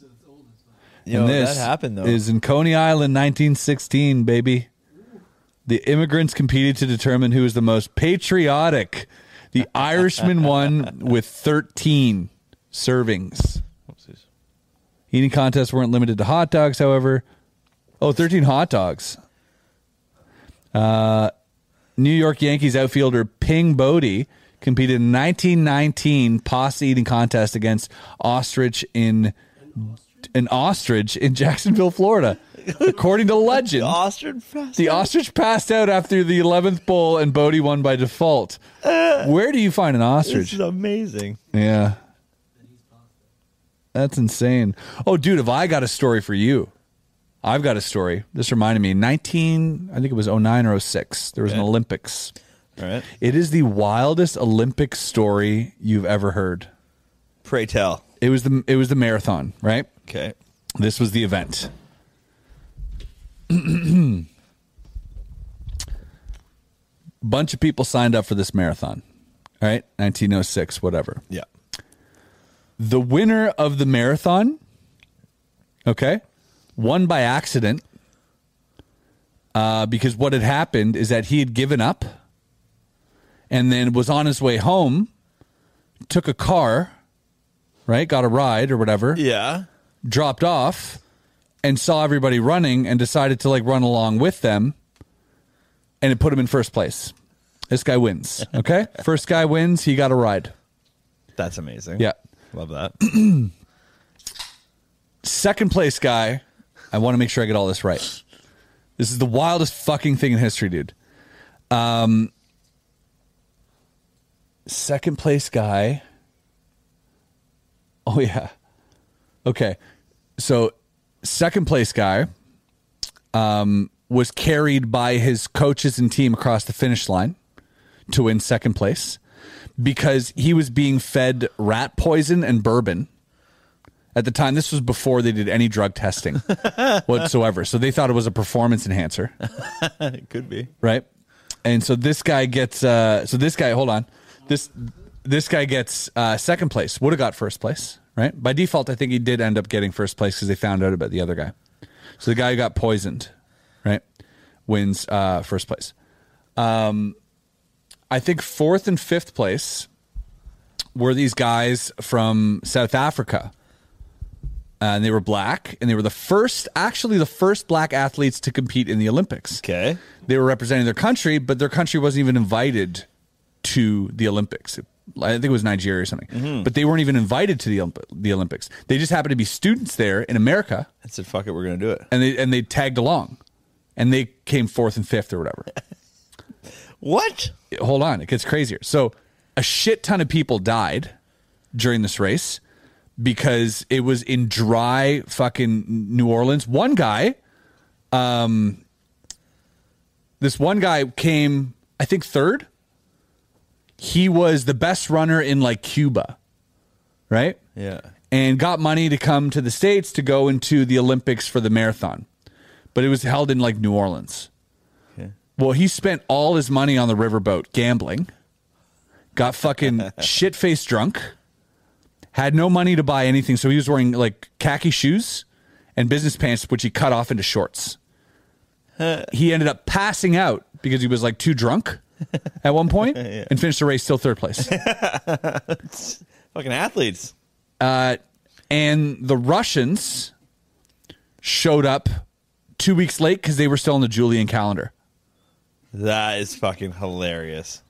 Speaker 3: So it's old as well.
Speaker 2: You
Speaker 1: and
Speaker 2: know,
Speaker 1: this
Speaker 2: that happened, though.
Speaker 1: is in Coney Island, 1916, baby. The immigrants competed to determine who was the most patriotic. The Irishman won with 13 servings.
Speaker 2: Whoopsies.
Speaker 1: Eating contests weren't limited to hot dogs, however. Oh, 13 hot dogs. Uh, New York Yankees outfielder Ping Bodie competed in 1919 pasta eating contest against ostrich in an ostrich in Jacksonville, Florida. According to legend,
Speaker 2: The ostrich fest.
Speaker 1: the ostrich passed out after the 11th bowl and Bodie won by default. Where do you find an
Speaker 2: This
Speaker 1: ostrich?
Speaker 2: is amazing.
Speaker 1: Yeah. That's insane. Oh, dude, have I got a story for you? I've got a story. This reminded me 19, I think it was 09 or 06. There was an
Speaker 2: Okay.
Speaker 1: Olympics.
Speaker 2: All right.
Speaker 1: It is the wildest Olympic story you've ever heard.
Speaker 2: Pray tell.
Speaker 1: It was the it was the marathon, right?
Speaker 2: Okay.
Speaker 1: This was the event. Bunch of people signed up for this marathon. All right, 1906, whatever.
Speaker 2: Yeah.
Speaker 1: the winner of the marathon, okay, won by accident. Uh, because what had happened is that he had given up and then was on his way home, took a car, right? Got a ride or whatever,
Speaker 2: Yeah.
Speaker 1: dropped off and saw everybody running and decided to like run along with them and it put him in first place. This guy wins, okay? first guy wins, he got a ride.
Speaker 2: That's amazing.
Speaker 1: Yeah.
Speaker 2: Love that.
Speaker 1: second place guy. I want to make sure I get all this right. This is the wildest fucking thing in history, dude. Um, second place guy. Oh yeah. Okay. So, second place guy um, was carried by his coaches and team across the finish line to win second place. because he was being fed rat poison and bourbon. At the time, this was before they did any drug testing whatsoever. So they thought it was a performance enhancer
Speaker 2: It could be.
Speaker 1: right? And so this guy gets uh so this guy, hold on. This this guy gets uh second place. Would have got first place, right? By default, I think he did end up getting first place because they found out about the other guy. So the guy who got poisoned, right, wins uh first place. Um I think fourth and fifth place were these guys from South Africa. Uh, and they were black, and they were the first, actually, the first black athletes to compete in the Olympics
Speaker 2: Okay.
Speaker 1: they were representing their country, but their country wasn't even invited to the Olympics. I think it was Nigeria or something, but they weren't even invited to the Olymp- the Olympics. They just happened to be students there in America,
Speaker 2: I said, fuck it, we're going to do it.
Speaker 1: and they and they tagged along, and they came fourth and fifth or whatever.
Speaker 2: What?
Speaker 1: Hold on, it gets crazier. So a shit ton of people died during this race because it was in dry fucking New Orleans. One guy um, this one guy came, I think, third. He was the best runner in like Cuba, right?
Speaker 2: Yeah.
Speaker 1: And got money to come to the States to go into the Olympics for the marathon. But it was held in like New Orleans.
Speaker 2: Okay.
Speaker 1: Well, he spent all his money on the riverboat gambling, got fucking shit faced drunk, had no money to buy anything. So he was wearing like khaki shoes and business pants, which he cut off into shorts. he ended up passing out because he was like too drunk at one point and finished the race still third place.
Speaker 2: Fucking athletes.
Speaker 1: Uh, and the Russians showed up two weeks late because they were still on the Julian calendar.
Speaker 2: That is fucking hilarious.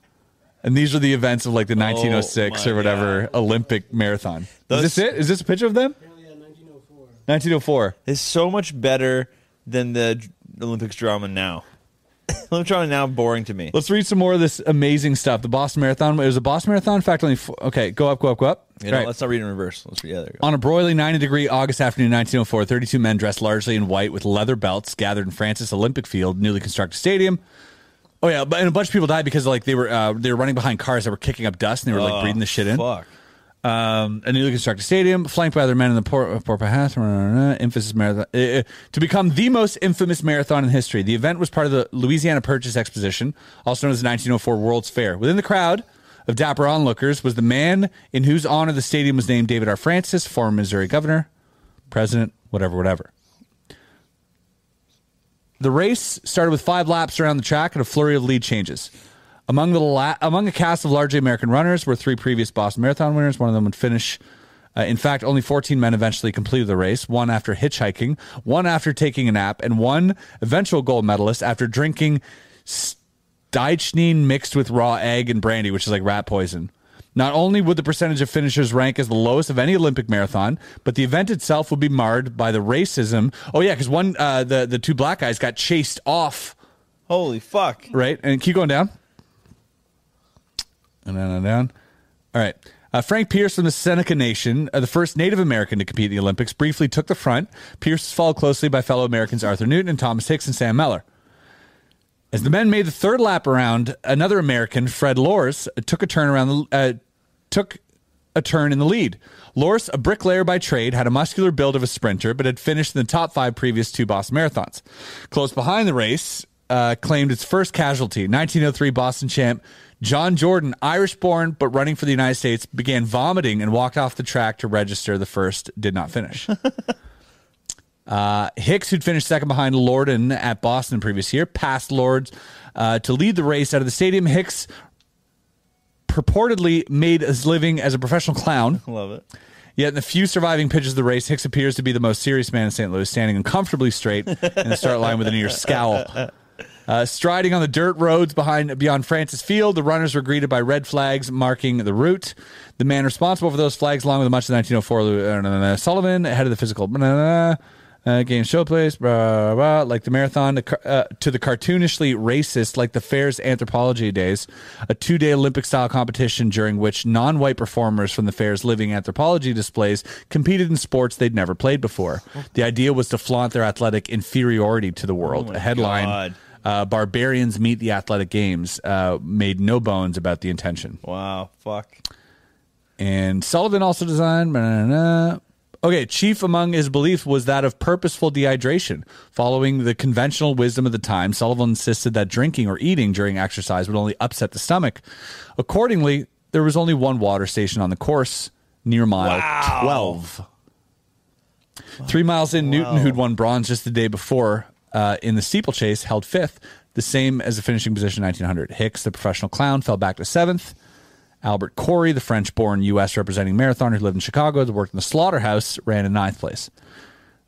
Speaker 1: And these are the events of like the 1906
Speaker 2: my
Speaker 1: or whatever Olympic marathon.
Speaker 2: Those-
Speaker 1: Is this it? Is this a picture of them?
Speaker 3: Apparently, yeah, 1904.
Speaker 1: 1904.
Speaker 2: It's so much better than the d- Olympics drama now. Olympic drama now boring to me.
Speaker 1: Let's read some more of this amazing stuff. The Boston Marathon. It was a Boston Marathon. In fact, only four, okay. Go up, go up, go up.
Speaker 2: You know,
Speaker 1: Right.
Speaker 2: Let's not read in reverse. Let's read. Yeah, there you go.
Speaker 1: On a broiling 90 degree August afternoon, 1904, 32 men dressed largely in white with leather belts gathered in Francis Olympic Field, newly constructed stadium. Oh yeah, but and a bunch of people died because like they were uh, they were running behind cars that were kicking up dust and they were like
Speaker 2: Oh,
Speaker 1: breathing the shit in.
Speaker 2: Fuck.
Speaker 1: um, a newly constructed stadium, flanked by other men in the Port, uh, Port Pahat, uh, uh, infamous marathon, uh, uh, to become the most infamous marathon in history. The event was part of the Louisiana Purchase Exposition, also known as the 1904 World's Fair. Within the crowd of dapper onlookers was the man in whose honor the stadium was named David R. Francis, former Missouri governor, president, whatever, whatever. The race started with five laps around the track and a flurry of lead changes. Among the la- among a cast of largely American runners were three previous Boston Marathon winners. One of them would finish. Uh, in fact, only 14 men eventually completed the race. One after hitchhiking, one after taking a nap, and one eventual gold medalist after drinking Deichnine mixed with raw egg and brandy, which is like rat poison. Not only would the percentage of finishers rank as the lowest of any Olympic marathon, but the event itself would be marred by the racism. Oh yeah, because one uh, the the two black guys got chased off
Speaker 2: Holy fuck.
Speaker 1: right? And keep going down. And down and down. All right. Uh, Frank Pierce from the Seneca Nation, uh, the first Native American to compete in the Olympics, briefly took the front. Pierce was followed closely by fellow Americans Arthur Newton and Thomas Hicks and Sam Meller. As the men made the third lap around, another American, Fred Lors, took a turn around the uh, took a turn in the lead. Lors, a bricklayer by trade, had a muscular build of a sprinter, but had finished in the top five previous two Boston marathons. Close behind the race, uh, claimed its first casualty. 1903 Boston champ John Jordan, Irish-born but running for the United States, began vomiting and walked off the track to register. The first did not finish. Uh, Hicks, who'd finished second behind Lorden at Boston the previous year, passed Lord uh, to lead the race out of the stadium. Hicks purportedly made his living as a professional clown.
Speaker 2: Love it.
Speaker 1: Yet in the few surviving pitches of the race, Hicks appears to be the most serious man in St. Louis, standing uncomfortably straight in the start line with an ear scowl. Uh, striding on the dirt roads behind beyond Francis Field, the runners were greeted by red flags marking the route. The man responsible for those flags, along with much of the 1904 Lou- uh, no, no, no, Sullivan, head of the physical blah, blah, blah, uh, game showplace, blah, blah, blah, like the marathon, the, car- uh, to the cartoonishly racist, like the fair's anthropology days, a two-day Olympic-style competition during which non-white performers from the fair's living anthropology displays competed in sports they'd
Speaker 2: Oh.
Speaker 1: never played before. The idea was to flaunt their athletic inferiority to the world.
Speaker 2: Oh my
Speaker 1: a headline
Speaker 2: God.
Speaker 1: Uh, Barbarians meet the Athletic Games. Uh, made no bones about the intention.
Speaker 2: Wow, fuck.
Speaker 1: And Sullivan also designed. blah, blah, blah, blah. Okay, chief among his belief was that of purposeful dehydration. Following the conventional wisdom of the time, Sullivan insisted that drinking or eating during exercise would only upset the stomach. Accordingly, there was only one water station on the course near mile 12. Three miles in, Newton, who'd won bronze just the day before uh, in the steeplechase, held fifth, the same as the finishing position in 1900. Hicks, the professional clown, fell back to seventh. Albert Corey, the French born U.S. representing marathoner who lived in Chicago, that worked in the slaughterhouse, ran in ninth place.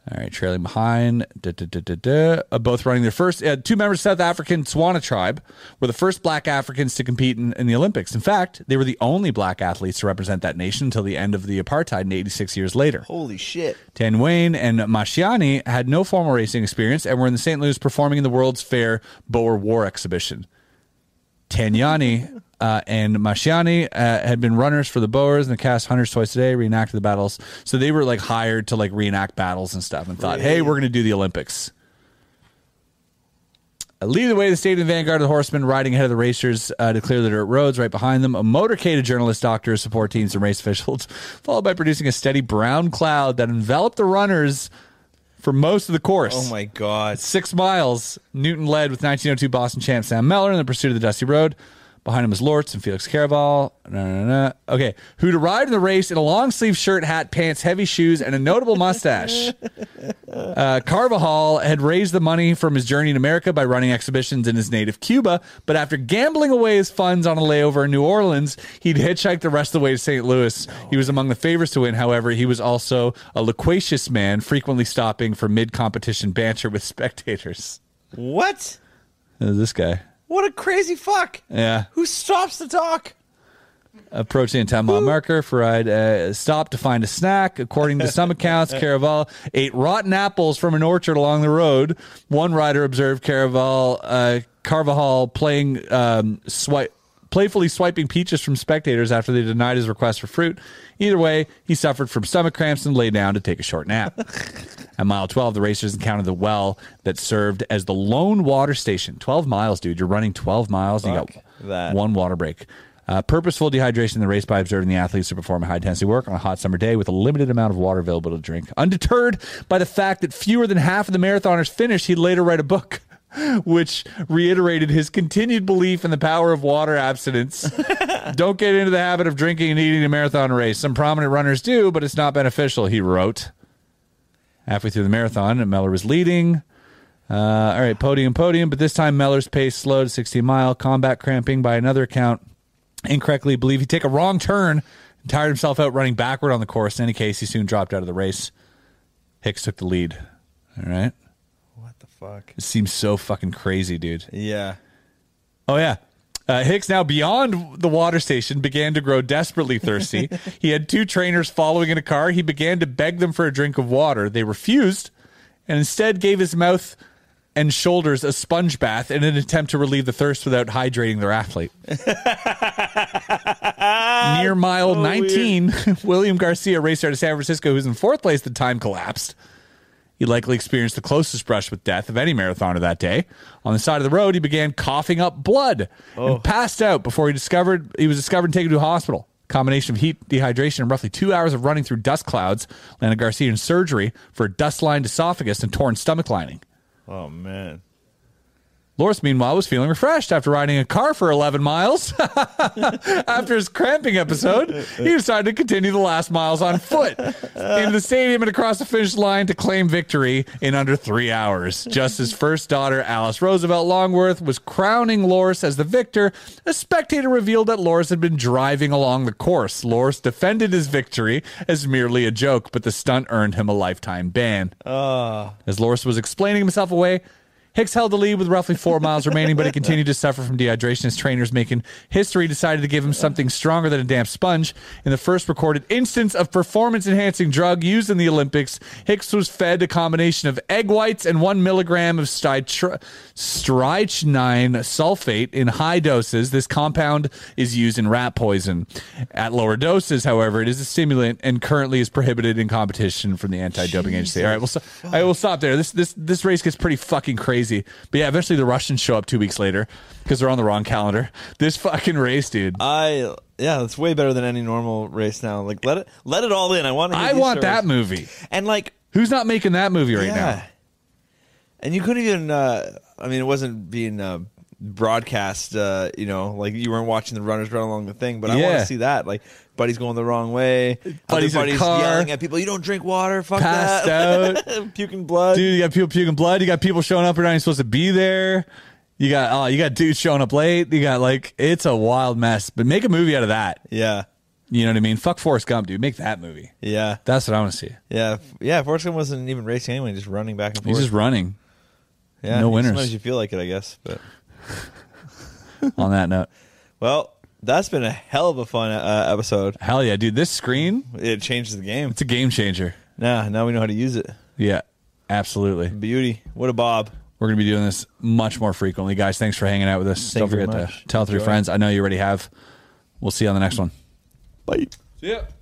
Speaker 1: All right, trailing behind, duh, duh, duh, duh, duh, uh, both running their first. Uh, two members of South African Swana tribe were the first black Africans to compete in, in the Olympics. In fact, they were the only black athletes to represent that nation until the end of the apartheid in 86 years later.
Speaker 2: Holy shit.
Speaker 1: Tan Wayne and Mashiani had no formal racing experience and were in the St. Louis performing in the World's Fair Boer War exhibition. Tanyani uh, and Mashiani uh, had been runners for the Boers and the cast Hunters Twice a Day, reenacted the battles. So they were like hired to like reenact battles and stuff and thought, hey, we're going to do the Olympics. Uh, lead the way to the state in the vanguard of the horsemen, riding ahead of the racers uh, to clear the dirt roads right behind them. A motorcade of journalists, doctors, support teams, and race officials, followed by producing a steady brown cloud that enveloped the runners for most of the course.
Speaker 2: Oh my god.
Speaker 1: Six miles, Newton led with 1902 Boston champ Sam Mellor in the pursuit of the dusty road. Behind him was Lortz and Felix Caraval. Na, na, na. Okay, who'd arrived in the race in a long sleeve shirt, hat, pants, heavy shoes, and a notable mustache. Uh, Carvajal had raised the money from his journey in America by running exhibitions in his native Cuba, but after gambling away his funds on a layover in New Orleans, he'd hitchhiked the rest of the way to St. Louis. He was among the favorites to win, however, he was also a loquacious man, frequently stopping for mid competition banter with spectators.
Speaker 2: What?
Speaker 1: Uh, This guy.
Speaker 2: What a crazy fuck.
Speaker 1: Yeah.
Speaker 2: Who stops to talk?
Speaker 1: Approaching a 10 mile marker, Faride uh, stopped to find a snack. According to some accounts, Caraval ate rotten apples from an orchard along the road. One rider observed Caraval, uh, Carvajal playing, um, swipe, playfully swiping peaches from spectators after they denied his request for fruit. Either way, he suffered from stomach cramps and lay down to take a short nap. At mile 12, the racers encountered the well that served as the lone water station. 12 miles, dude. You're running 12 miles. and you
Speaker 2: Fuck
Speaker 1: got
Speaker 2: that.
Speaker 1: one water break. Uh, purposeful dehydration in the race by observing the athletes to perform high intensity work on a hot summer day with a limited amount of water available to drink. Undeterred by the fact that fewer than half of the marathoners finished, he'd later write a book. Which reiterated his continued belief in the power of water abstinence. Don't get into the habit of drinking and eating a marathon race. Some prominent runners do, but it's not beneficial, he wrote. Halfway through the marathon, Meller was leading. Uh, all right, podium, podium. But this time, Meller's pace slowed to 16 mile. Combat cramping by another account. Incorrectly believe he take a wrong turn and tired himself out running backward on the course. In any case, he soon dropped out of the race. Hicks took the lead. All right.
Speaker 2: What the fuck?
Speaker 1: It seems so fucking crazy, dude.
Speaker 2: Yeah.
Speaker 1: Oh yeah. Uh, Hicks, now beyond the water station, began to grow desperately thirsty. he had two trainers following in a car. He began to beg them for a drink of water. They refused and instead gave his mouth and shoulders a sponge bath in an attempt to relieve the thirst without hydrating their athlete. Near mile 19, William Garcia raced out of San Francisco, who's in fourth place at the time, collapsed. He likely experienced the closest brush with death of any marathoner that day. On the side of the road, he began coughing up blood and passed out before he discovered he was discovered and taken to a hospital. Combination of heat, dehydration, and roughly two hours of running through dust clouds landed Garcia in surgery for a dust-lined esophagus and torn stomach lining.
Speaker 2: Oh man.
Speaker 1: Loris, meanwhile, was feeling refreshed after riding a car for 11 miles. after his cramping episode, he decided to continue the last miles on foot into the stadium and across the finish line to claim victory in under three hours. Just as first daughter, Alice Roosevelt Longworth, was crowning Loris as the victor, a spectator revealed that Loris had been driving along the course. Loris defended his victory as merely a joke, but the stunt earned him a lifetime ban.
Speaker 2: Uh,
Speaker 1: As Loris was explaining himself away, Hicks held the lead with roughly four miles remaining, but he continued to suffer from dehydration. His trainers, making history, decided to give him something stronger than a damp sponge. In the first recorded instance of performance enhancing drug used in the Olympics, Hicks was fed a combination of egg whites and one milligram of strychnine sulfate in high doses. This compound is used in rat poison. At lower doses, however, it is a stimulant and currently is prohibited in competition from the anti doping agency. All right, we'll so- I will stop there. This, this, this race gets pretty fucking crazy crazy. But yeah, eventually the Russians show up two weeks later because they're on the wrong calendar. This fucking race, dude.
Speaker 2: Uh, I yeah, that's way better than any normal race now. Like let it let it all in. I want. To hear
Speaker 1: I
Speaker 2: these
Speaker 1: want that
Speaker 2: stories.
Speaker 1: movie.
Speaker 2: And like
Speaker 1: Who's not making that movie right now?
Speaker 2: And you couldn't even. Uh, I mean, it wasn't being uh, broadcast. Uh, you know, like you weren't watching the runners run along the thing. But I want
Speaker 1: Yeah.
Speaker 2: to see that. Like, buddy's going the wrong way.
Speaker 1: Buddy's in a
Speaker 2: Everybody's
Speaker 1: car.
Speaker 2: yelling at people. You don't drink water. Fuck
Speaker 1: Passed
Speaker 2: that. Puking blood.
Speaker 1: Dude, you got people puking blood. You got people showing up who are not even supposed to be there. You got oh, you got dudes showing up late. You got like it's a wild mess. But make a movie out of that.
Speaker 2: Yeah,
Speaker 1: You know what I mean? Fuck Forrest Gump, dude. Make that movie.
Speaker 2: yeah,
Speaker 1: That's what I want to see.
Speaker 2: yeah, yeah. Forrest Gump wasn't even racing anyway. Just running back and forth.
Speaker 1: He's just running.
Speaker 2: yeah,
Speaker 1: no winners.
Speaker 2: Sometimes you feel like it, I guess. But
Speaker 1: On that note,
Speaker 2: well, that's been a hell of a fun uh, episode.
Speaker 1: hell yeah, dude. This screen,
Speaker 2: It changes the game.
Speaker 1: it's a game changer.
Speaker 2: Now, now we know how to use it.
Speaker 1: Yeah, absolutely.
Speaker 2: Beauty. What a bob.
Speaker 1: We're going to be doing this much more frequently, guys. Thanks for hanging out with us.
Speaker 2: Thank
Speaker 1: Don't
Speaker 2: you very
Speaker 1: forget to
Speaker 2: much.
Speaker 1: tell three
Speaker 2: Enjoy.
Speaker 1: friends. I know you already have. We'll see you on the next one.
Speaker 2: Bye.
Speaker 1: Yep.